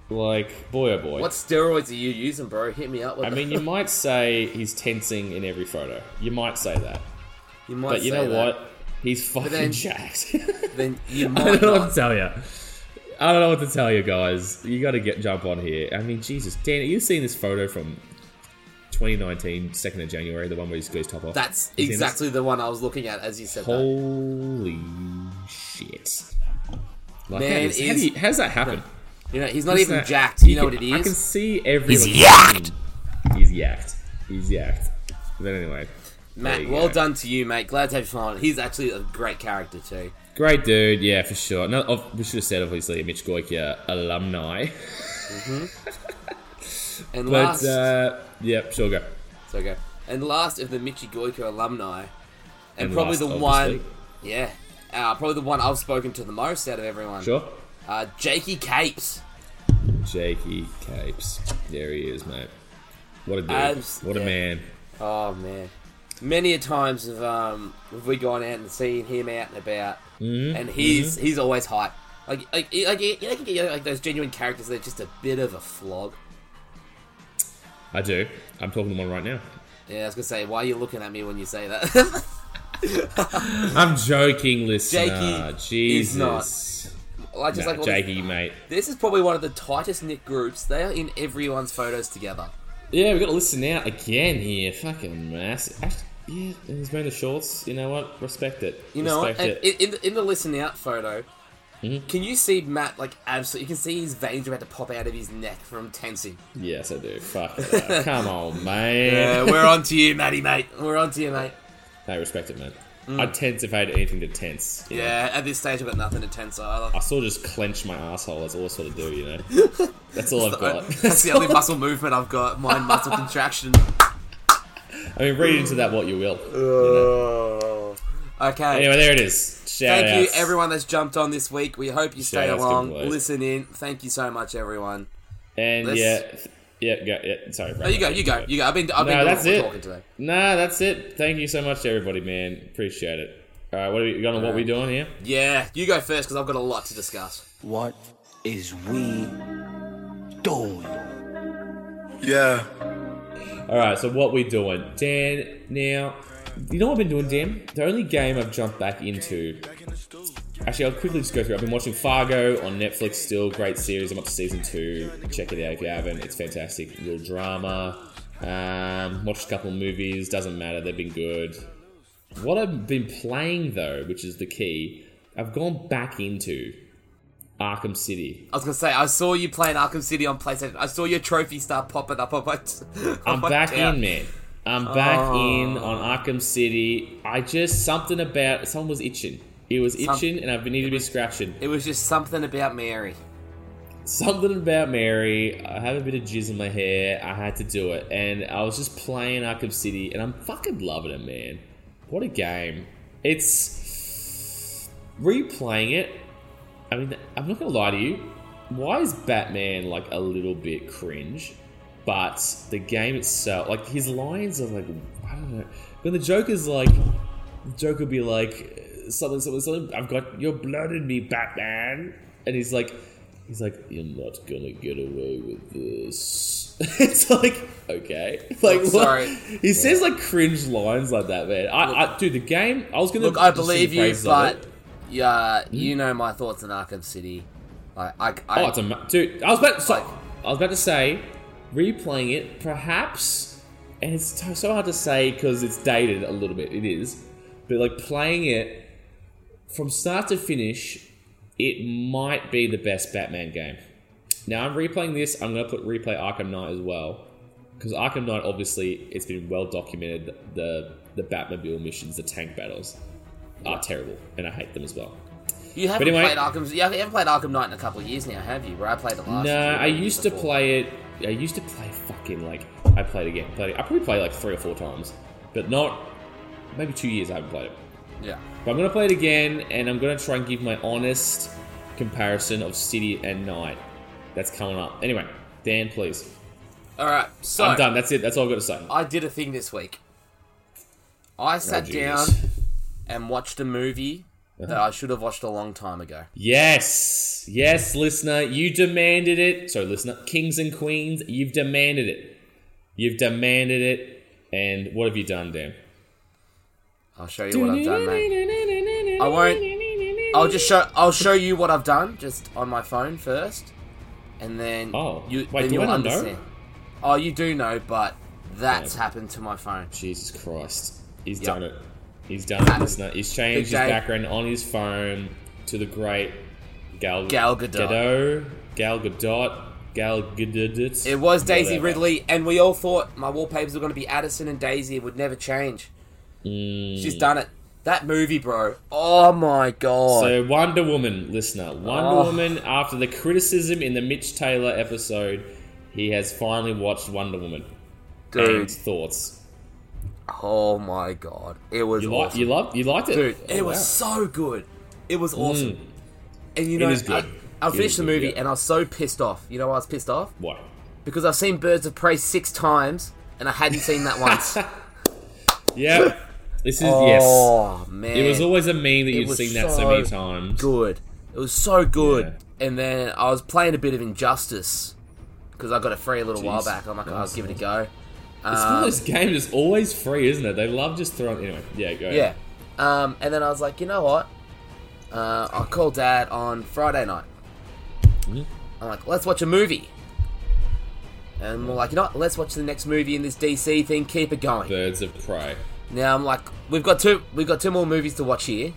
[SPEAKER 2] like boy, oh boy.
[SPEAKER 1] What steroids are you using, bro? Hit me up with.
[SPEAKER 2] I mean, you might say he's tensing in every photo. You might say that,
[SPEAKER 1] you might.
[SPEAKER 2] but you
[SPEAKER 1] say
[SPEAKER 2] know
[SPEAKER 1] that.
[SPEAKER 2] what? He's fucking
[SPEAKER 1] then-
[SPEAKER 2] jacked.
[SPEAKER 1] Then you
[SPEAKER 2] I
[SPEAKER 1] might
[SPEAKER 2] don't know what
[SPEAKER 1] not.
[SPEAKER 2] to tell you. I don't know what to tell you guys. You got to get jump on here. I mean, Jesus, Dan, are you seeing this photo from 2019, 2nd of January, the one where he's got his top off?
[SPEAKER 1] That's
[SPEAKER 2] You seen this?
[SPEAKER 1] exactly the one I was looking at as you said that.
[SPEAKER 2] Holy shit! Like,
[SPEAKER 1] Man,
[SPEAKER 2] how, does, how,
[SPEAKER 1] is-
[SPEAKER 2] do you- how does that happen?
[SPEAKER 1] You know, he's not
[SPEAKER 2] Is
[SPEAKER 1] even
[SPEAKER 2] that-
[SPEAKER 1] jacked. You know what it
[SPEAKER 2] can- I can
[SPEAKER 1] is?
[SPEAKER 2] see every. He's yacked. He's yacked. He's yacked. But anyway, there
[SPEAKER 1] Matt,
[SPEAKER 2] you
[SPEAKER 1] well
[SPEAKER 2] go.
[SPEAKER 1] done to you, mate. Glad to have you on. He's actually a great character too.
[SPEAKER 2] Great dude, yeah, for sure. No, of- we should have said obviously a Mitch Goikia alumni,
[SPEAKER 1] And
[SPEAKER 2] but
[SPEAKER 1] last,
[SPEAKER 2] uh, yeah, sure go.
[SPEAKER 1] So go. And last of the Michi Goico alumni, and,
[SPEAKER 2] And
[SPEAKER 1] probably
[SPEAKER 2] last,
[SPEAKER 1] the
[SPEAKER 2] obviously.
[SPEAKER 1] one, yeah, uh, probably the one I've spoken to the most out of everyone.
[SPEAKER 2] Sure.
[SPEAKER 1] Uh, Jakey Capes.
[SPEAKER 2] Jakey E. Capes. There he is, mate. What a dude.
[SPEAKER 1] Abs-
[SPEAKER 2] what a
[SPEAKER 1] yeah.
[SPEAKER 2] man.
[SPEAKER 1] Oh man, many a times
[SPEAKER 2] Mm-hmm.
[SPEAKER 1] have um have we gone out and seen him out and about, and he's he's always hype. Like, like, like you know, you can get like those genuine characters that are just a bit of a flog.
[SPEAKER 2] I do. I'm talking to one right now.
[SPEAKER 1] Yeah, I was gonna say, why are you looking at me when you say that?
[SPEAKER 2] I'm joking, listener.
[SPEAKER 1] Jakey E is
[SPEAKER 2] Jesus.
[SPEAKER 1] like, just
[SPEAKER 2] Nah,
[SPEAKER 1] like all
[SPEAKER 2] Jakey, mate.
[SPEAKER 1] This, this is probably one of the tightest knit groups. They are in everyone's photos together.
[SPEAKER 2] Yeah, we've got to listen out again here. Fucking mass. Actually, yeah, and he's wearing the shorts. You know what? Respect it.
[SPEAKER 1] You know, what?
[SPEAKER 2] Respect
[SPEAKER 1] and
[SPEAKER 2] it.
[SPEAKER 1] in, in the, in the listen out photo,
[SPEAKER 2] Hmm?
[SPEAKER 1] can you see Matt like absolutely? You can see his veins are about to pop out of his neck from tensing.
[SPEAKER 2] Yes, I do. Fuck it. up. Come on, man.
[SPEAKER 1] Yeah, we're on to you, Matty, mate. We're on to you, mate.
[SPEAKER 2] I respect it, man. I'd tense if I had anything to tense. you know?
[SPEAKER 1] Mm. Yeah, at this stage, I've got nothing to tense either.
[SPEAKER 2] I sort of just clench my asshole. That's all I sort of do, you know. That's all I've got.
[SPEAKER 1] That's the only muscle movement I've got. Mind muscle contraction.
[SPEAKER 2] I mean, read into that what you will.
[SPEAKER 1] Okay.
[SPEAKER 2] Anyway, there it is. Shout
[SPEAKER 1] Uh. Thank
[SPEAKER 2] outs.
[SPEAKER 1] you, everyone that's jumped on this week. We hope you stay
[SPEAKER 2] Shout outs to
[SPEAKER 1] along,
[SPEAKER 2] everybody.
[SPEAKER 1] listen in. Thank you so much, everyone.
[SPEAKER 2] And
[SPEAKER 1] Let's-
[SPEAKER 2] yeah, th- yeah, go, yeah. Sorry,
[SPEAKER 1] No, you go, you go, you go. I've been, I've been
[SPEAKER 2] No,
[SPEAKER 1] doing
[SPEAKER 2] that's
[SPEAKER 1] all the
[SPEAKER 2] it.
[SPEAKER 1] talking today.
[SPEAKER 2] Nah, that's it. Thank you so much, to everybody, man. Appreciate it. All right, what are we going on? What we doing here?
[SPEAKER 1] Yeah, you go first because I've got a lot to discuss.
[SPEAKER 6] What is we doing?
[SPEAKER 4] Yeah.
[SPEAKER 2] All right, so what we doing, Dan? Now, you know what I've been doing, Dan? The only game I've jumped back into. Actually, I'll quickly just go through. I've been watching Fargo on Netflix. Still great series. I'm up to season two. Check it out if you haven't. It's fantastic. Real drama. Um, watched a couple movies. Doesn't matter. They've been good. What I've been playing though, which is the key, I've gone back into Arkham City.
[SPEAKER 1] I was gonna say I saw you playing Arkham City on PlayStation. I saw your trophy start popping up. On my Oh,
[SPEAKER 2] I'm back in, man. I'm back in on Arkham City. I just something about someone was itching. It was itching,
[SPEAKER 1] Some-
[SPEAKER 2] and I've been needed to be scratching.
[SPEAKER 1] It was just something about Mary.
[SPEAKER 2] Something about Mary. I have a bit of jizz in my hair. I had to do it, and I was just playing Arkham City, and I'm fucking loving it, man. What a game! It's replaying it. I mean, I'm not gonna lie to you. Why is Batman like a little bit cringe? But the game itself, like his lines are like, I don't know. When the Joker's like, the Joker will be like, something, something, something. I've got your blood in me, Batman. And he's like, he's like, you're not gonna get away with this. it's like, okay, like
[SPEAKER 1] Look,
[SPEAKER 2] what?
[SPEAKER 1] sorry.
[SPEAKER 2] He says like cringe lines like that, man. I, I dude, the game. I was gonna
[SPEAKER 1] Look, I
[SPEAKER 2] just sing
[SPEAKER 1] believe you,
[SPEAKER 2] praises of it. Hmm?
[SPEAKER 1] but yeah, you know my thoughts on Arkham City. I, I, I
[SPEAKER 2] Oh, it's a ma- dude. I was about to say, I was about to say, replaying it perhaps, and it's t- so hard to say because it's dated a little bit. It is, but like playing it from start to finish, it might be the best Batman game. Now I'm replaying this. I'm gonna put replay Arkham Knight as well because Arkham Knight obviously it's been well documented the the Batmobile missions, the tank battles are terrible, and I hate them as well.
[SPEAKER 1] you haven't
[SPEAKER 2] anyway-
[SPEAKER 1] played Arkham. You haven't played Arkham Knight in a couple of years now, have you? Where I played the last.
[SPEAKER 2] No,
[SPEAKER 1] year
[SPEAKER 2] I used to
[SPEAKER 1] before.
[SPEAKER 2] play it. I used to play fucking like I played again. Played it, I probably played like three or four times, but not maybe two years. I haven't played it.
[SPEAKER 1] Yeah.
[SPEAKER 2] But I'm gonna play it again, and I'm gonna try and give my honest comparison of City and Night. That's coming up. Anyway, Dan, please.
[SPEAKER 1] All right. So
[SPEAKER 2] I'm done. That's it. That's all I've got to say.
[SPEAKER 1] I did a thing this week.
[SPEAKER 2] Oh,
[SPEAKER 1] I sat
[SPEAKER 2] Jesus.
[SPEAKER 1] down and watched a movie that I should have watched a long time ago.
[SPEAKER 2] Yes, yes, listener, you demanded it. Sorry, listener, kings and queens, you've demanded it. You've demanded it, and what have you done, Dan?
[SPEAKER 1] I'll show you what I've done, mate. I won't. I'll just show. I'll show you what I've done just on my phone first, and then
[SPEAKER 2] Oh,
[SPEAKER 1] you
[SPEAKER 2] wait,
[SPEAKER 1] then
[SPEAKER 2] do I
[SPEAKER 1] you'll
[SPEAKER 2] not know?
[SPEAKER 1] understand. Oh, you do know, but that's happened to my phone.
[SPEAKER 2] Jesus Christ. He's
[SPEAKER 1] Yep.
[SPEAKER 2] done it. He's done it, listener. He's changed his
[SPEAKER 1] Big day.
[SPEAKER 2] background on his phone to the great Gal,
[SPEAKER 1] Gal Gadot.
[SPEAKER 2] Gadot, Gal Gadot. Gal Gadot.
[SPEAKER 1] It was Daisy
[SPEAKER 2] Whatever.
[SPEAKER 1] Ridley, and we all thought my wallpapers were going to be Addison and Daisy. It would never change.
[SPEAKER 2] Hmm.
[SPEAKER 1] She's done it. That movie, bro. Oh my god.
[SPEAKER 2] So Wonder Woman, listener. Wonder
[SPEAKER 1] Oh.
[SPEAKER 2] Woman, after the criticism in the Mitch Taylor episode, he has finally watched Wonder Woman. And
[SPEAKER 1] Dude,
[SPEAKER 2] thoughts.
[SPEAKER 1] oh my god, it was
[SPEAKER 2] You, li-
[SPEAKER 1] awesome,
[SPEAKER 2] you, loved, you liked it?
[SPEAKER 1] dude.
[SPEAKER 2] Oh,
[SPEAKER 1] It was
[SPEAKER 2] wow. Hmm.
[SPEAKER 1] so good. It was awesome. And you
[SPEAKER 2] It
[SPEAKER 1] know,
[SPEAKER 2] is good.
[SPEAKER 1] I, I
[SPEAKER 2] It is
[SPEAKER 1] finished the
[SPEAKER 2] good,
[SPEAKER 1] movie
[SPEAKER 2] yeah.
[SPEAKER 1] and I was so pissed off. You know why I was pissed off?
[SPEAKER 2] What?
[SPEAKER 1] Because I've seen Birds of Prey six times and I hadn't seen that once.
[SPEAKER 2] Yeah. This is, yes.
[SPEAKER 1] Oh man,
[SPEAKER 2] It was always a meme that you've
[SPEAKER 1] was
[SPEAKER 2] seen that so many
[SPEAKER 1] so
[SPEAKER 2] times.
[SPEAKER 1] good. It was so good. And then I was playing a bit of Injustice because I got it free a little while
[SPEAKER 2] Jeez.
[SPEAKER 1] back. I'm like, I'll
[SPEAKER 2] Nice.
[SPEAKER 1] give it a go.
[SPEAKER 2] It's
[SPEAKER 1] Um,
[SPEAKER 2] one of those games that's always free, isn't it? They love just throwing. Anyway, yeah, go.
[SPEAKER 1] Yeah. Um, and then I was like, you know what? Uh, I called dad on Friday night.
[SPEAKER 2] Mhm.
[SPEAKER 1] I'm like, let's watch a movie. And we're like, you know what? Let's watch the next movie in this DC thing. Keep it going.
[SPEAKER 2] Birds of Prey.
[SPEAKER 1] Now I'm like, we've got two, we've got two more movies to watch here.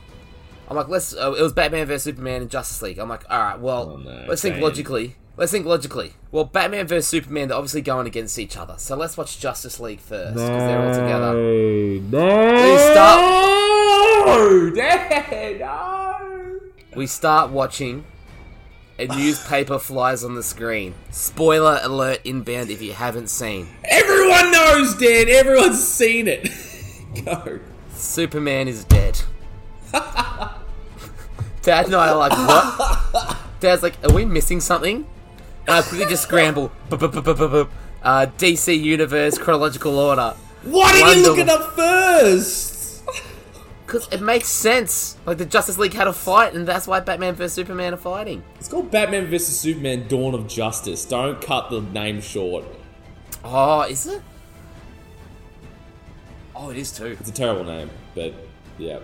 [SPEAKER 1] I'm like, let's. Uh, it was Batman vs Superman and Justice League. I'm like, all right, well,
[SPEAKER 2] Oh, no,
[SPEAKER 1] let's think
[SPEAKER 2] Bane.
[SPEAKER 1] logically. Let's think logically. Well, Batman vs Superman, they're obviously going against each other, so let's watch Justice League first because they're all together.
[SPEAKER 2] Oh, No.
[SPEAKER 1] We start,
[SPEAKER 2] Dad, no.
[SPEAKER 1] we start watching. A newspaper flies on the screen. Spoiler alert inbound if you haven't seen.
[SPEAKER 2] Everyone knows, Dan. Everyone's seen it. go.
[SPEAKER 1] Superman is dead. Dad and I are like, what? Dad's like, are we missing something? And I quickly just scramble. Boop, boop, boop, boop, boop, boop. Uh, DC Universe chronological order.
[SPEAKER 2] Why did you look
[SPEAKER 1] Wonderful.
[SPEAKER 2] it up first?
[SPEAKER 1] Because it makes sense. Like, the Justice League had a fight, and that's why Batman vs. Superman are fighting.
[SPEAKER 2] It's called Batman vs Superman: Dawn of Justice. Don't cut the name short.
[SPEAKER 1] Oh, is it? Oh, it is too.
[SPEAKER 2] It's a terrible name, but yeah.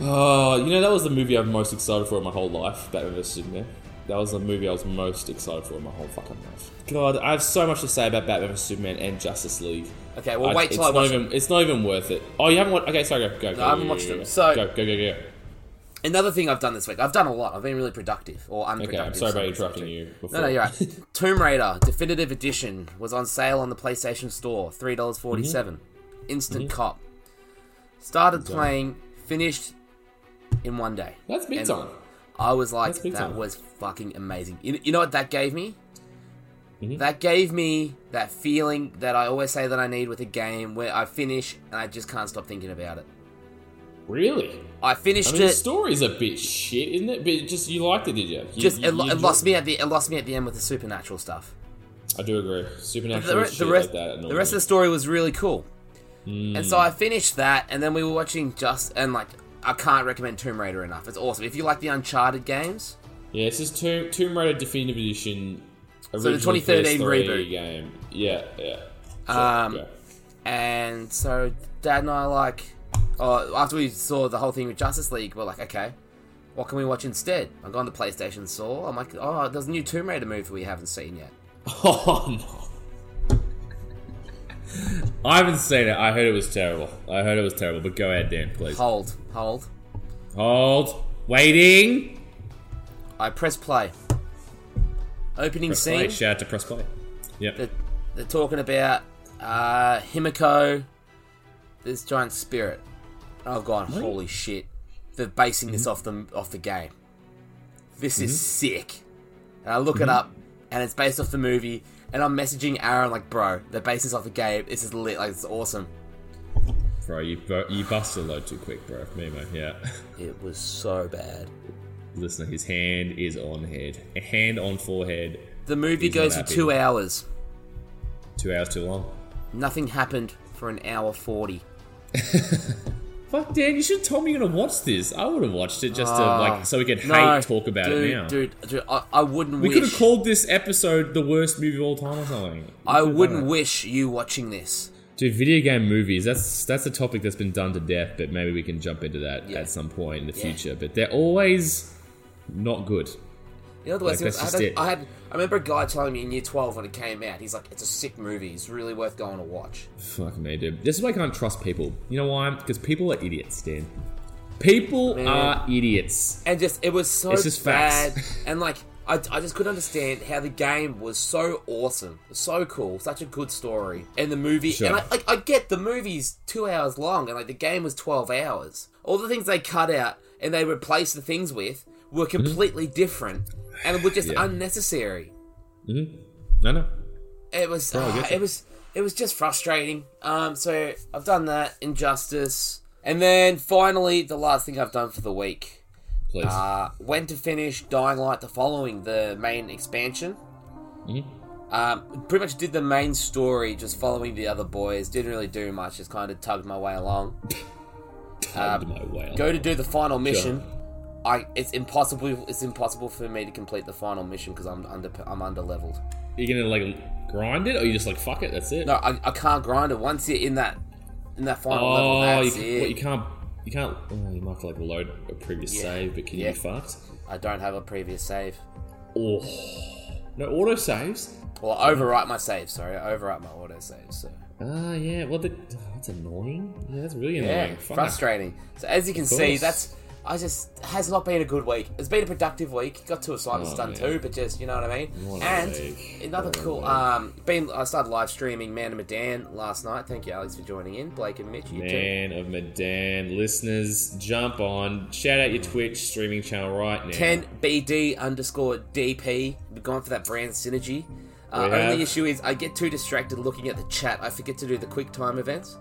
[SPEAKER 2] Oh, you know that was the movie I'm most excited for in my whole life, Batman vs Superman. That was the movie I was most excited for in my whole fucking life. God, I have so much to say about Batman vs Superman and Justice League.
[SPEAKER 1] Okay, well, wait till
[SPEAKER 2] it's
[SPEAKER 1] I
[SPEAKER 2] not
[SPEAKER 1] watch
[SPEAKER 2] even, It's not even worth it. Oh, you haven't watched? Okay, sorry, go, go. go,
[SPEAKER 1] I haven't
[SPEAKER 2] go,
[SPEAKER 1] watched
[SPEAKER 2] go,
[SPEAKER 1] them,
[SPEAKER 2] go.
[SPEAKER 1] so-
[SPEAKER 2] go, go, go, go.
[SPEAKER 1] Another thing I've done this week. I've done a lot. I've been really productive or
[SPEAKER 2] Okay,
[SPEAKER 1] unproductive.
[SPEAKER 2] I'm sorry about
[SPEAKER 1] sorry.
[SPEAKER 2] interrupting you. Before.
[SPEAKER 1] No, no, you're right. Tomb Raider Definitive Edition was on sale on the PlayStation Store, three dollars
[SPEAKER 2] Mm-hmm.
[SPEAKER 1] Instant cop. Started playing, finished in one day.
[SPEAKER 2] That's big
[SPEAKER 1] And
[SPEAKER 2] time.
[SPEAKER 1] I was like,
[SPEAKER 2] That's big
[SPEAKER 1] that
[SPEAKER 2] time.
[SPEAKER 1] was fucking amazing. You, you know what that gave me?
[SPEAKER 2] Mm-hmm.
[SPEAKER 1] That gave me that feeling that I always say that I need with a game, where I finish and I just can't stop thinking about it.
[SPEAKER 2] Really?
[SPEAKER 1] I finished
[SPEAKER 2] I mean, the
[SPEAKER 1] it.
[SPEAKER 2] story's a bit shit, isn't it? But it just you liked it, did you? You-
[SPEAKER 1] just
[SPEAKER 2] you-
[SPEAKER 1] it, lo-
[SPEAKER 2] you
[SPEAKER 1] it lost
[SPEAKER 2] enjoyed-
[SPEAKER 1] me at the it lost me at the end with the supernatural stuff.
[SPEAKER 2] I do agree.
[SPEAKER 1] the,
[SPEAKER 2] Supernatural
[SPEAKER 1] re-
[SPEAKER 2] shit
[SPEAKER 1] the rest,
[SPEAKER 2] like that. Hmm. annoyed
[SPEAKER 1] the rest of
[SPEAKER 2] me.
[SPEAKER 1] the story was really cool. And so I finished that, and then we were watching just and like I can't recommend Tomb Raider enough. It's awesome if you like the Uncharted games.
[SPEAKER 2] Yeah, this is Tomb, Tomb Raider Definitive Edition.
[SPEAKER 1] the
[SPEAKER 2] original
[SPEAKER 1] 2013
[SPEAKER 2] PS3
[SPEAKER 1] reboot.
[SPEAKER 2] game. Yeah, yeah. So,
[SPEAKER 1] Um,
[SPEAKER 2] yeah.
[SPEAKER 1] And so Dad and I like, uh, after we saw the whole thing with Justice League, we're like, okay, what can we watch instead? I go on the PlayStation Store. I'm like, oh, there's a new Tomb Raider movie we haven't seen yet.
[SPEAKER 2] Oh no. I haven't seen it. I heard it was terrible. I heard it was terrible. But go ahead, Dan, please.
[SPEAKER 1] Hold, hold.
[SPEAKER 2] Hold. Waiting.
[SPEAKER 1] I press play. Opening
[SPEAKER 2] Press
[SPEAKER 1] scene.
[SPEAKER 2] play. Shout out to press play. Yep.
[SPEAKER 1] they're, they're talking about uh, Himiko, this giant spirit. And I've gone, holy shit! They're basing this
[SPEAKER 2] Mm-hmm.
[SPEAKER 1] off the off the game. This is sick. And I look
[SPEAKER 2] Mm-hmm.
[SPEAKER 1] it up, and it's based off the movie. And I'm messaging Aaron like, bro, they're based this off the game. This is lit. Like, it's awesome.
[SPEAKER 2] bro, you bu- you bust a load too quick, bro. Mimo, yeah.
[SPEAKER 1] It was so bad.
[SPEAKER 2] Listener, his hand is on head. A hand on forehead.
[SPEAKER 1] The movie
[SPEAKER 2] He's not
[SPEAKER 1] goes for
[SPEAKER 2] happy.
[SPEAKER 1] two hours.
[SPEAKER 2] Two hours too long.
[SPEAKER 1] Nothing happened for an hour forty.
[SPEAKER 2] Fuck, Dan, you should have told me you're gonna watch this. I would have watched it just to like so we could hate talk about
[SPEAKER 1] Ah. dude,
[SPEAKER 2] it now.
[SPEAKER 1] dude. Dude, I, I wouldn't.
[SPEAKER 2] we
[SPEAKER 1] wish.
[SPEAKER 2] could have called this episode the worst movie of all time or something.
[SPEAKER 1] I wouldn't wish you watching this.
[SPEAKER 2] Dude, video game movies. That's that's a topic that's been done to death, but maybe we can jump into that
[SPEAKER 1] Yeah.
[SPEAKER 2] at some point in the future. But they're always not good.
[SPEAKER 1] You know the worst
[SPEAKER 2] Like,
[SPEAKER 1] thing
[SPEAKER 2] that's
[SPEAKER 1] was, I, had
[SPEAKER 2] just
[SPEAKER 1] a, I had I remember a guy telling me in year twelve when it came out, he's like, "It's a sick movie. It's really worth going to watch."
[SPEAKER 2] Fuck me, dude. This is why I can't trust people. You know why? Because people are idiots, Dan. People are idiots.
[SPEAKER 1] And just it was so
[SPEAKER 2] It's just
[SPEAKER 1] bad,
[SPEAKER 2] facts.
[SPEAKER 1] and like I, I just couldn't understand how the game was so awesome, so cool, such a good story, and the movie.
[SPEAKER 2] Sure.
[SPEAKER 1] And I, like I get the movie's two hours long, and like the game was twelve hours. All the things they cut out and they replaced the things with were completely different, and were just
[SPEAKER 2] Mm-hmm. Yeah.
[SPEAKER 1] unnecessary.
[SPEAKER 2] No, no.
[SPEAKER 1] it was
[SPEAKER 2] I
[SPEAKER 1] ah,
[SPEAKER 2] get
[SPEAKER 1] it
[SPEAKER 2] it.
[SPEAKER 1] was it was just frustrating. Um, so I've done that injustice, and then finally the last thing I've done for the week.
[SPEAKER 2] Please.
[SPEAKER 1] Uh, when to finish Dying Light the following the main expansion.
[SPEAKER 2] Mm-hmm.
[SPEAKER 1] Um, pretty much did the main story, just following the other boys. Didn't really do much. Just kind of tugged my way along.
[SPEAKER 2] Tugged my whale.
[SPEAKER 1] Go to do the final mission. I it's impossible it's impossible for me to complete the final mission because I'm under I'm under leveled.
[SPEAKER 2] Are you gonna like grind it, or you just like fuck it? That's it.
[SPEAKER 1] No, I, I can't grind it. Once you're in that in that final level,
[SPEAKER 2] oh, you,
[SPEAKER 1] that's
[SPEAKER 2] can,
[SPEAKER 1] it.
[SPEAKER 2] what, you can't. You can't. Oh, you might have to like load a previous
[SPEAKER 1] Yeah.
[SPEAKER 2] save, but can you
[SPEAKER 1] Yeah.
[SPEAKER 2] be fucked?
[SPEAKER 1] I don't have a previous save.
[SPEAKER 2] Oh, no auto saves.
[SPEAKER 1] Well, I overwrite my save. Sorry, I overwrite my auto save. So
[SPEAKER 2] Ah, yeah. Well, the, oh, that's annoying. Yeah, that's really
[SPEAKER 1] yeah,
[SPEAKER 2] annoying. Fuck.
[SPEAKER 1] frustrating. So as you can
[SPEAKER 2] Of
[SPEAKER 1] see,
[SPEAKER 2] course.
[SPEAKER 1] that's I just has not been a good week. It's been a productive week. Got two assignments
[SPEAKER 2] Oh,
[SPEAKER 1] done
[SPEAKER 2] yeah.
[SPEAKER 1] too, but just you know what I mean.
[SPEAKER 2] What a
[SPEAKER 1] and
[SPEAKER 2] week.
[SPEAKER 1] another
[SPEAKER 2] What a
[SPEAKER 1] cool.
[SPEAKER 2] week.
[SPEAKER 1] Um, been I started live streaming Man and Medan last night. Thank you, Alex, for joining in. Blake and Mitch, you too.
[SPEAKER 2] Man of Medan, listeners, jump on! Shout out your Twitch streaming channel right now.
[SPEAKER 1] 10BD underscore DP. We're going for that brand synergy. Uh,
[SPEAKER 2] We have.
[SPEAKER 1] Only issue is I get too distracted looking at the chat. I forget to do the quick time events.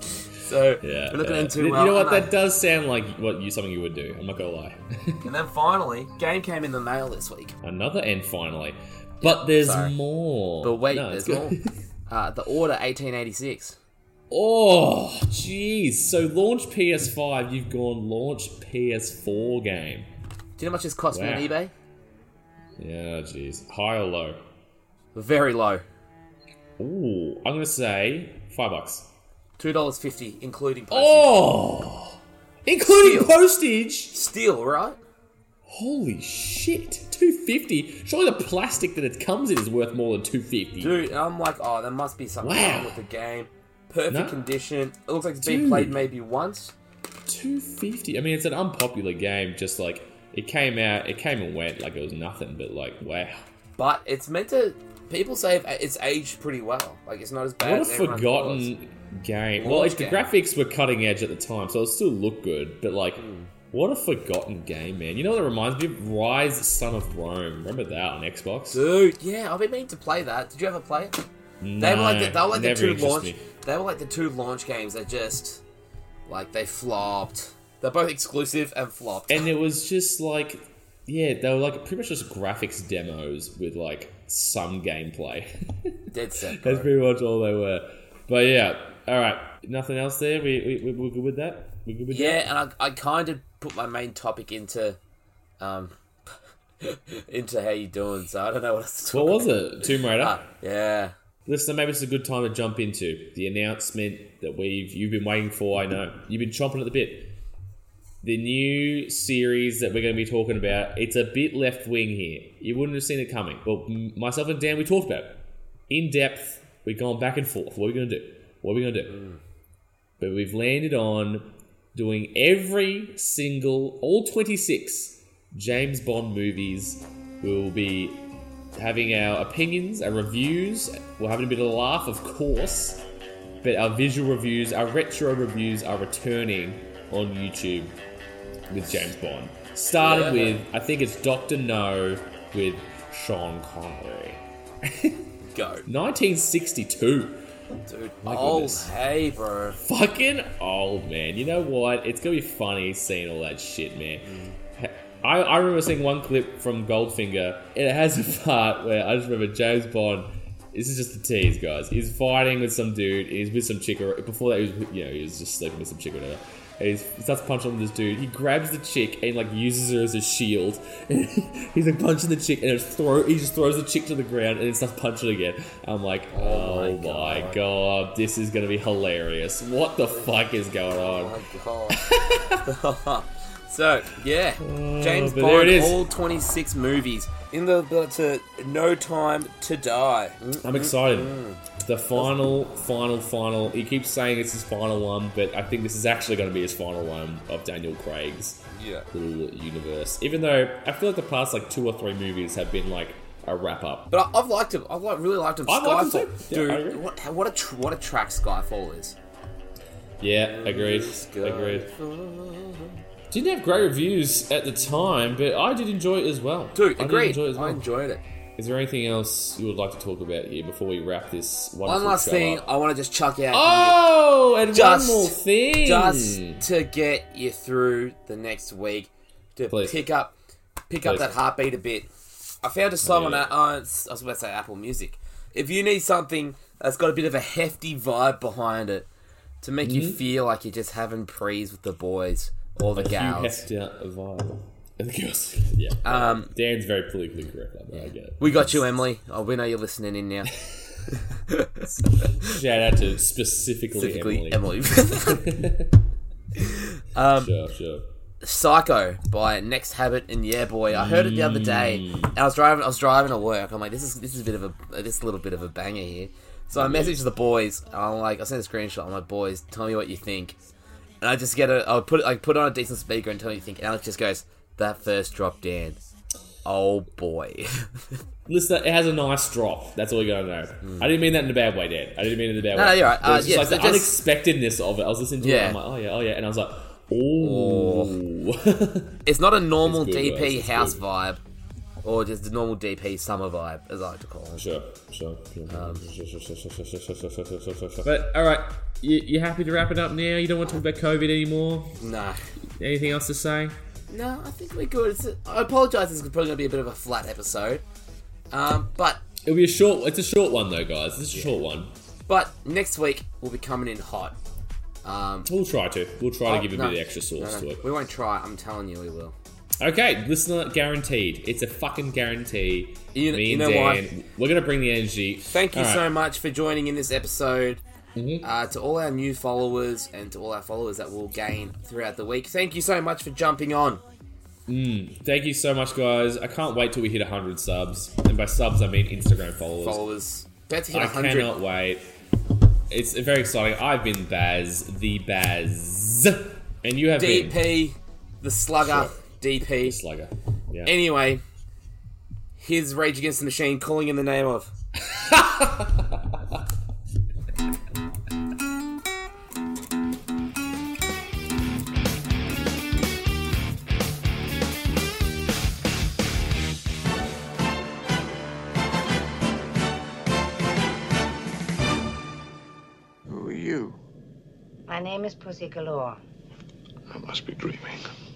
[SPEAKER 1] so
[SPEAKER 2] Yeah,
[SPEAKER 1] we're looking
[SPEAKER 2] yeah.
[SPEAKER 1] into
[SPEAKER 2] You
[SPEAKER 1] well,
[SPEAKER 2] know what?
[SPEAKER 1] and I-
[SPEAKER 2] That does sound like what you something you would do. I'm not gonna lie.
[SPEAKER 1] and then finally, game came in the mail this week.
[SPEAKER 2] Another end finally, but there's
[SPEAKER 1] sorry.
[SPEAKER 2] more.
[SPEAKER 1] But wait,
[SPEAKER 2] No, it's
[SPEAKER 1] there's
[SPEAKER 2] good.
[SPEAKER 1] more. Uh, the order 1886.
[SPEAKER 2] Oh, jeez. So launch PS5, you've gone launch PS4 game.
[SPEAKER 1] Do you know how much this cost me on
[SPEAKER 2] Wow.
[SPEAKER 1] eBay?
[SPEAKER 2] Yeah, jeez. High or low?
[SPEAKER 1] Very low.
[SPEAKER 2] Ooh, I'm gonna say five bucks.
[SPEAKER 1] Two dollars fifty, including postage.
[SPEAKER 2] Oh, including
[SPEAKER 1] Steal.
[SPEAKER 2] postage.
[SPEAKER 1] Steel, right?
[SPEAKER 2] Holy shit, two fifty. Surely the plastic that it comes in is worth more than two fifty.
[SPEAKER 1] Dude, and I'm like, oh, there must be something
[SPEAKER 2] Wow.
[SPEAKER 1] wrong with the game. Perfect
[SPEAKER 2] No.
[SPEAKER 1] condition. It looks like it's been
[SPEAKER 2] Dude.
[SPEAKER 1] played maybe once.
[SPEAKER 2] Two fifty. I mean, it's an unpopular game. Just like it came out, it came and went like it was nothing. But like, wow.
[SPEAKER 1] But it's meant to. People say it- it's aged pretty well. Like it's not as bad.
[SPEAKER 2] What a
[SPEAKER 1] as everyone thought it
[SPEAKER 2] forgotten game. Well,
[SPEAKER 1] Launch
[SPEAKER 2] if the
[SPEAKER 1] game.
[SPEAKER 2] graphics were cutting edge at the time, so it still looked good, but like,
[SPEAKER 1] Hmm.
[SPEAKER 2] what a forgotten game, man. You know what it reminds me of? Rise, Son of Rome. Remember that on Xbox?
[SPEAKER 1] was. Dude, yeah, I've been meaning to play that. Did you ever play it? they were like the, they were like the
[SPEAKER 2] never
[SPEAKER 1] two
[SPEAKER 2] interested
[SPEAKER 1] launch.
[SPEAKER 2] me.
[SPEAKER 1] They were like the two launch games that just like they flopped. They're both exclusive and flopped.
[SPEAKER 2] And it was just like, yeah, they were like pretty much just graphics demos with like some gameplay.
[SPEAKER 1] Dead set.
[SPEAKER 2] That's
[SPEAKER 1] bro.
[SPEAKER 2] pretty much all they were. But yeah, all right. Nothing else there. We we we are good with that. We good with that.
[SPEAKER 1] Yeah, and I, I kind of put my main topic into, um, into how you doing. So I don't know what else to talk
[SPEAKER 2] What was it? Tomb Raider.
[SPEAKER 1] about. Yeah,
[SPEAKER 2] Listener, maybe it's a good time to jump into the announcement that we've you've been waiting for. I know you've been chomping at the bit. The new series that we're going to be talking about. It's a bit left wing here. You wouldn't have seen it coming. Well, m- myself and Dan, we talked about it. in depth. We've gone back and forth. What are we going to do? What are we going to do? But we've landed on doing every single, all 26 James Bond movies. We'll be having our opinions, our reviews. We're having a bit of a laugh, of course. But our visual reviews, our retro reviews are returning on YouTube with James Bond. Started
[SPEAKER 1] Yeah.
[SPEAKER 2] with, I think it's Dr. No with Sean Connery.
[SPEAKER 1] go,
[SPEAKER 2] 1962.
[SPEAKER 1] dude.
[SPEAKER 2] My
[SPEAKER 1] oh,
[SPEAKER 2] goodness.
[SPEAKER 1] hey, bro.
[SPEAKER 2] fucking old, man. You know what? It's gonna be funny seeing all that shit, man. I, I remember seeing one clip from Goldfinger, and it has a part where I just remember James Bond. This is just a tease, guys. He's fighting with some dude. He's with some chick. Or, before that, he was you know he was just sleeping with some chick or whatever. And he's, he starts punching this dude. He grabs the chick and like uses her as a shield. And he's like punching the chick, and it's throw. He just throws the chick to the ground and then starts punching again. I'm like, oh,
[SPEAKER 1] my
[SPEAKER 2] my god. this is gonna be hilarious. What the fuck is going on?
[SPEAKER 1] My God. so yeah, James
[SPEAKER 2] Oh, but
[SPEAKER 1] Bond,
[SPEAKER 2] there it is.
[SPEAKER 1] all twenty six movies in the to No Time to Die. Mm,
[SPEAKER 2] I'm excited. The final, final, final. He keeps saying it's his final one, but I think this is actually going to be his final one of Daniel Craig's
[SPEAKER 1] Yeah.
[SPEAKER 2] little universe. Even though I feel like the past like two or three movies have been like a wrap up.
[SPEAKER 1] But I, I've liked him. I've like, really liked him.
[SPEAKER 2] I've liked him
[SPEAKER 1] Skyfall,
[SPEAKER 2] too. Yeah, I
[SPEAKER 1] dude.
[SPEAKER 2] agree.
[SPEAKER 1] what, what a tr- what a track Skyfall is.
[SPEAKER 2] Yeah, agreed. Agreed. Didn't have great reviews at the time, but I did enjoy it as well.
[SPEAKER 1] Dude,
[SPEAKER 2] I did
[SPEAKER 1] agreed.
[SPEAKER 2] enjoy it as well.
[SPEAKER 1] I enjoyed it.
[SPEAKER 2] Is there anything else you would like to talk about here before we wrap this wonderful
[SPEAKER 1] One last
[SPEAKER 2] show
[SPEAKER 1] thing
[SPEAKER 2] up?
[SPEAKER 1] I want to just chuck out.
[SPEAKER 2] Oh, and
[SPEAKER 1] Just-
[SPEAKER 2] one more thing.
[SPEAKER 1] Just to get you through the next week, to
[SPEAKER 2] Please.
[SPEAKER 1] pick up pick
[SPEAKER 2] Please.
[SPEAKER 1] up that heartbeat a bit. I found a song on
[SPEAKER 2] Yeah.
[SPEAKER 1] that. Uh, it's- I was about to say Apple Music. If you need something that's got a bit of a hefty vibe behind it to make you feel like you're just having prees with the boys, Or the
[SPEAKER 2] Mm-hmm. You
[SPEAKER 1] gals.
[SPEAKER 2] have to vibe. The girls. Yeah.
[SPEAKER 1] Um,
[SPEAKER 2] Dan's very politically correct. I, I get it.
[SPEAKER 1] we got you, Emily. Oh, we know you're listening in now.
[SPEAKER 2] Shout out to specifically,
[SPEAKER 1] Specifically,
[SPEAKER 2] Emily.
[SPEAKER 1] Emily.
[SPEAKER 2] Sure, sure.
[SPEAKER 1] Psycho by Next Habit and Yeah Boy. I heard it the other day.
[SPEAKER 2] Mm.
[SPEAKER 1] And I was driving. I was driving to work. I'm like, this is this is a bit of a this is a little bit of a banger here. So I messaged the boys. and I'm like, I sent a screenshot. I'm like, boys, tell me what you think. And I just get a. I put I put on a decent speaker and tell me what you think. And Alex just goes, that first drop, Dan. Oh boy.
[SPEAKER 2] Listen, it has a nice drop. That's all you gotta know. I didn't mean that in a bad way, Dad. I didn't mean it in a bad
[SPEAKER 1] No,
[SPEAKER 2] way.
[SPEAKER 1] no, you're right.
[SPEAKER 2] It was
[SPEAKER 1] Uh,
[SPEAKER 2] just
[SPEAKER 1] yeah,
[SPEAKER 2] like
[SPEAKER 1] so
[SPEAKER 2] the
[SPEAKER 1] just-
[SPEAKER 2] unexpectedness of it. I was listening to
[SPEAKER 1] Yeah.
[SPEAKER 2] it. I'm like, oh yeah, oh yeah, and I was like, oh.
[SPEAKER 1] it's not a normal
[SPEAKER 2] It's good, guys.
[SPEAKER 1] DP
[SPEAKER 2] It's
[SPEAKER 1] house
[SPEAKER 2] good.
[SPEAKER 1] vibe, or just a normal DP summer vibe, as I like to call it.
[SPEAKER 2] Sure, sure, sure. Sure, sure, sure, sure, sure, sure, sure, sure, sure, sure, sure. Um, But all right, you, you happy to wrap it up now? You don't want to talk about COVID anymore?
[SPEAKER 1] Nah.
[SPEAKER 2] Anything else to say?
[SPEAKER 1] No, I think we're good. It's, I apologise. This is probably going to be a bit of a flat episode, um, but
[SPEAKER 2] It'll be a short. It's a short one though, guys. It's a short one.
[SPEAKER 1] but next week we'll be coming in hot. Um,
[SPEAKER 2] We'll try to. We'll try to give a
[SPEAKER 1] no,
[SPEAKER 2] bit of extra sauce
[SPEAKER 1] no,
[SPEAKER 2] to
[SPEAKER 1] no,
[SPEAKER 2] it.
[SPEAKER 1] We won't try. I'm telling you, we will.
[SPEAKER 2] Okay, listener guaranteed. It's a fucking guarantee.
[SPEAKER 1] You-
[SPEAKER 2] Me
[SPEAKER 1] you
[SPEAKER 2] and
[SPEAKER 1] know why?
[SPEAKER 2] Dan, we're gonna bring the energy.
[SPEAKER 1] Thank you
[SPEAKER 2] All right.
[SPEAKER 1] so much for joining in this episode. Uh, to all our new followers and to all our followers that we'll gain throughout the week, thank you so much for jumping on.
[SPEAKER 2] Thank you so much, guys. I can't wait till we hit 100 subs, and by subs I mean Instagram followers.
[SPEAKER 1] Followers, about to hit
[SPEAKER 2] I
[SPEAKER 1] 100.
[SPEAKER 2] cannot wait. It's very exciting. I've been Baz, the Baz, and you have been
[SPEAKER 1] DP, the slugger, DP.
[SPEAKER 2] Slugger. Yeah.
[SPEAKER 1] Anyway, here's Rage Against the Machine calling in the name of.
[SPEAKER 4] Who are you?
[SPEAKER 7] My name is Pussy Galore.
[SPEAKER 4] I must be dreaming.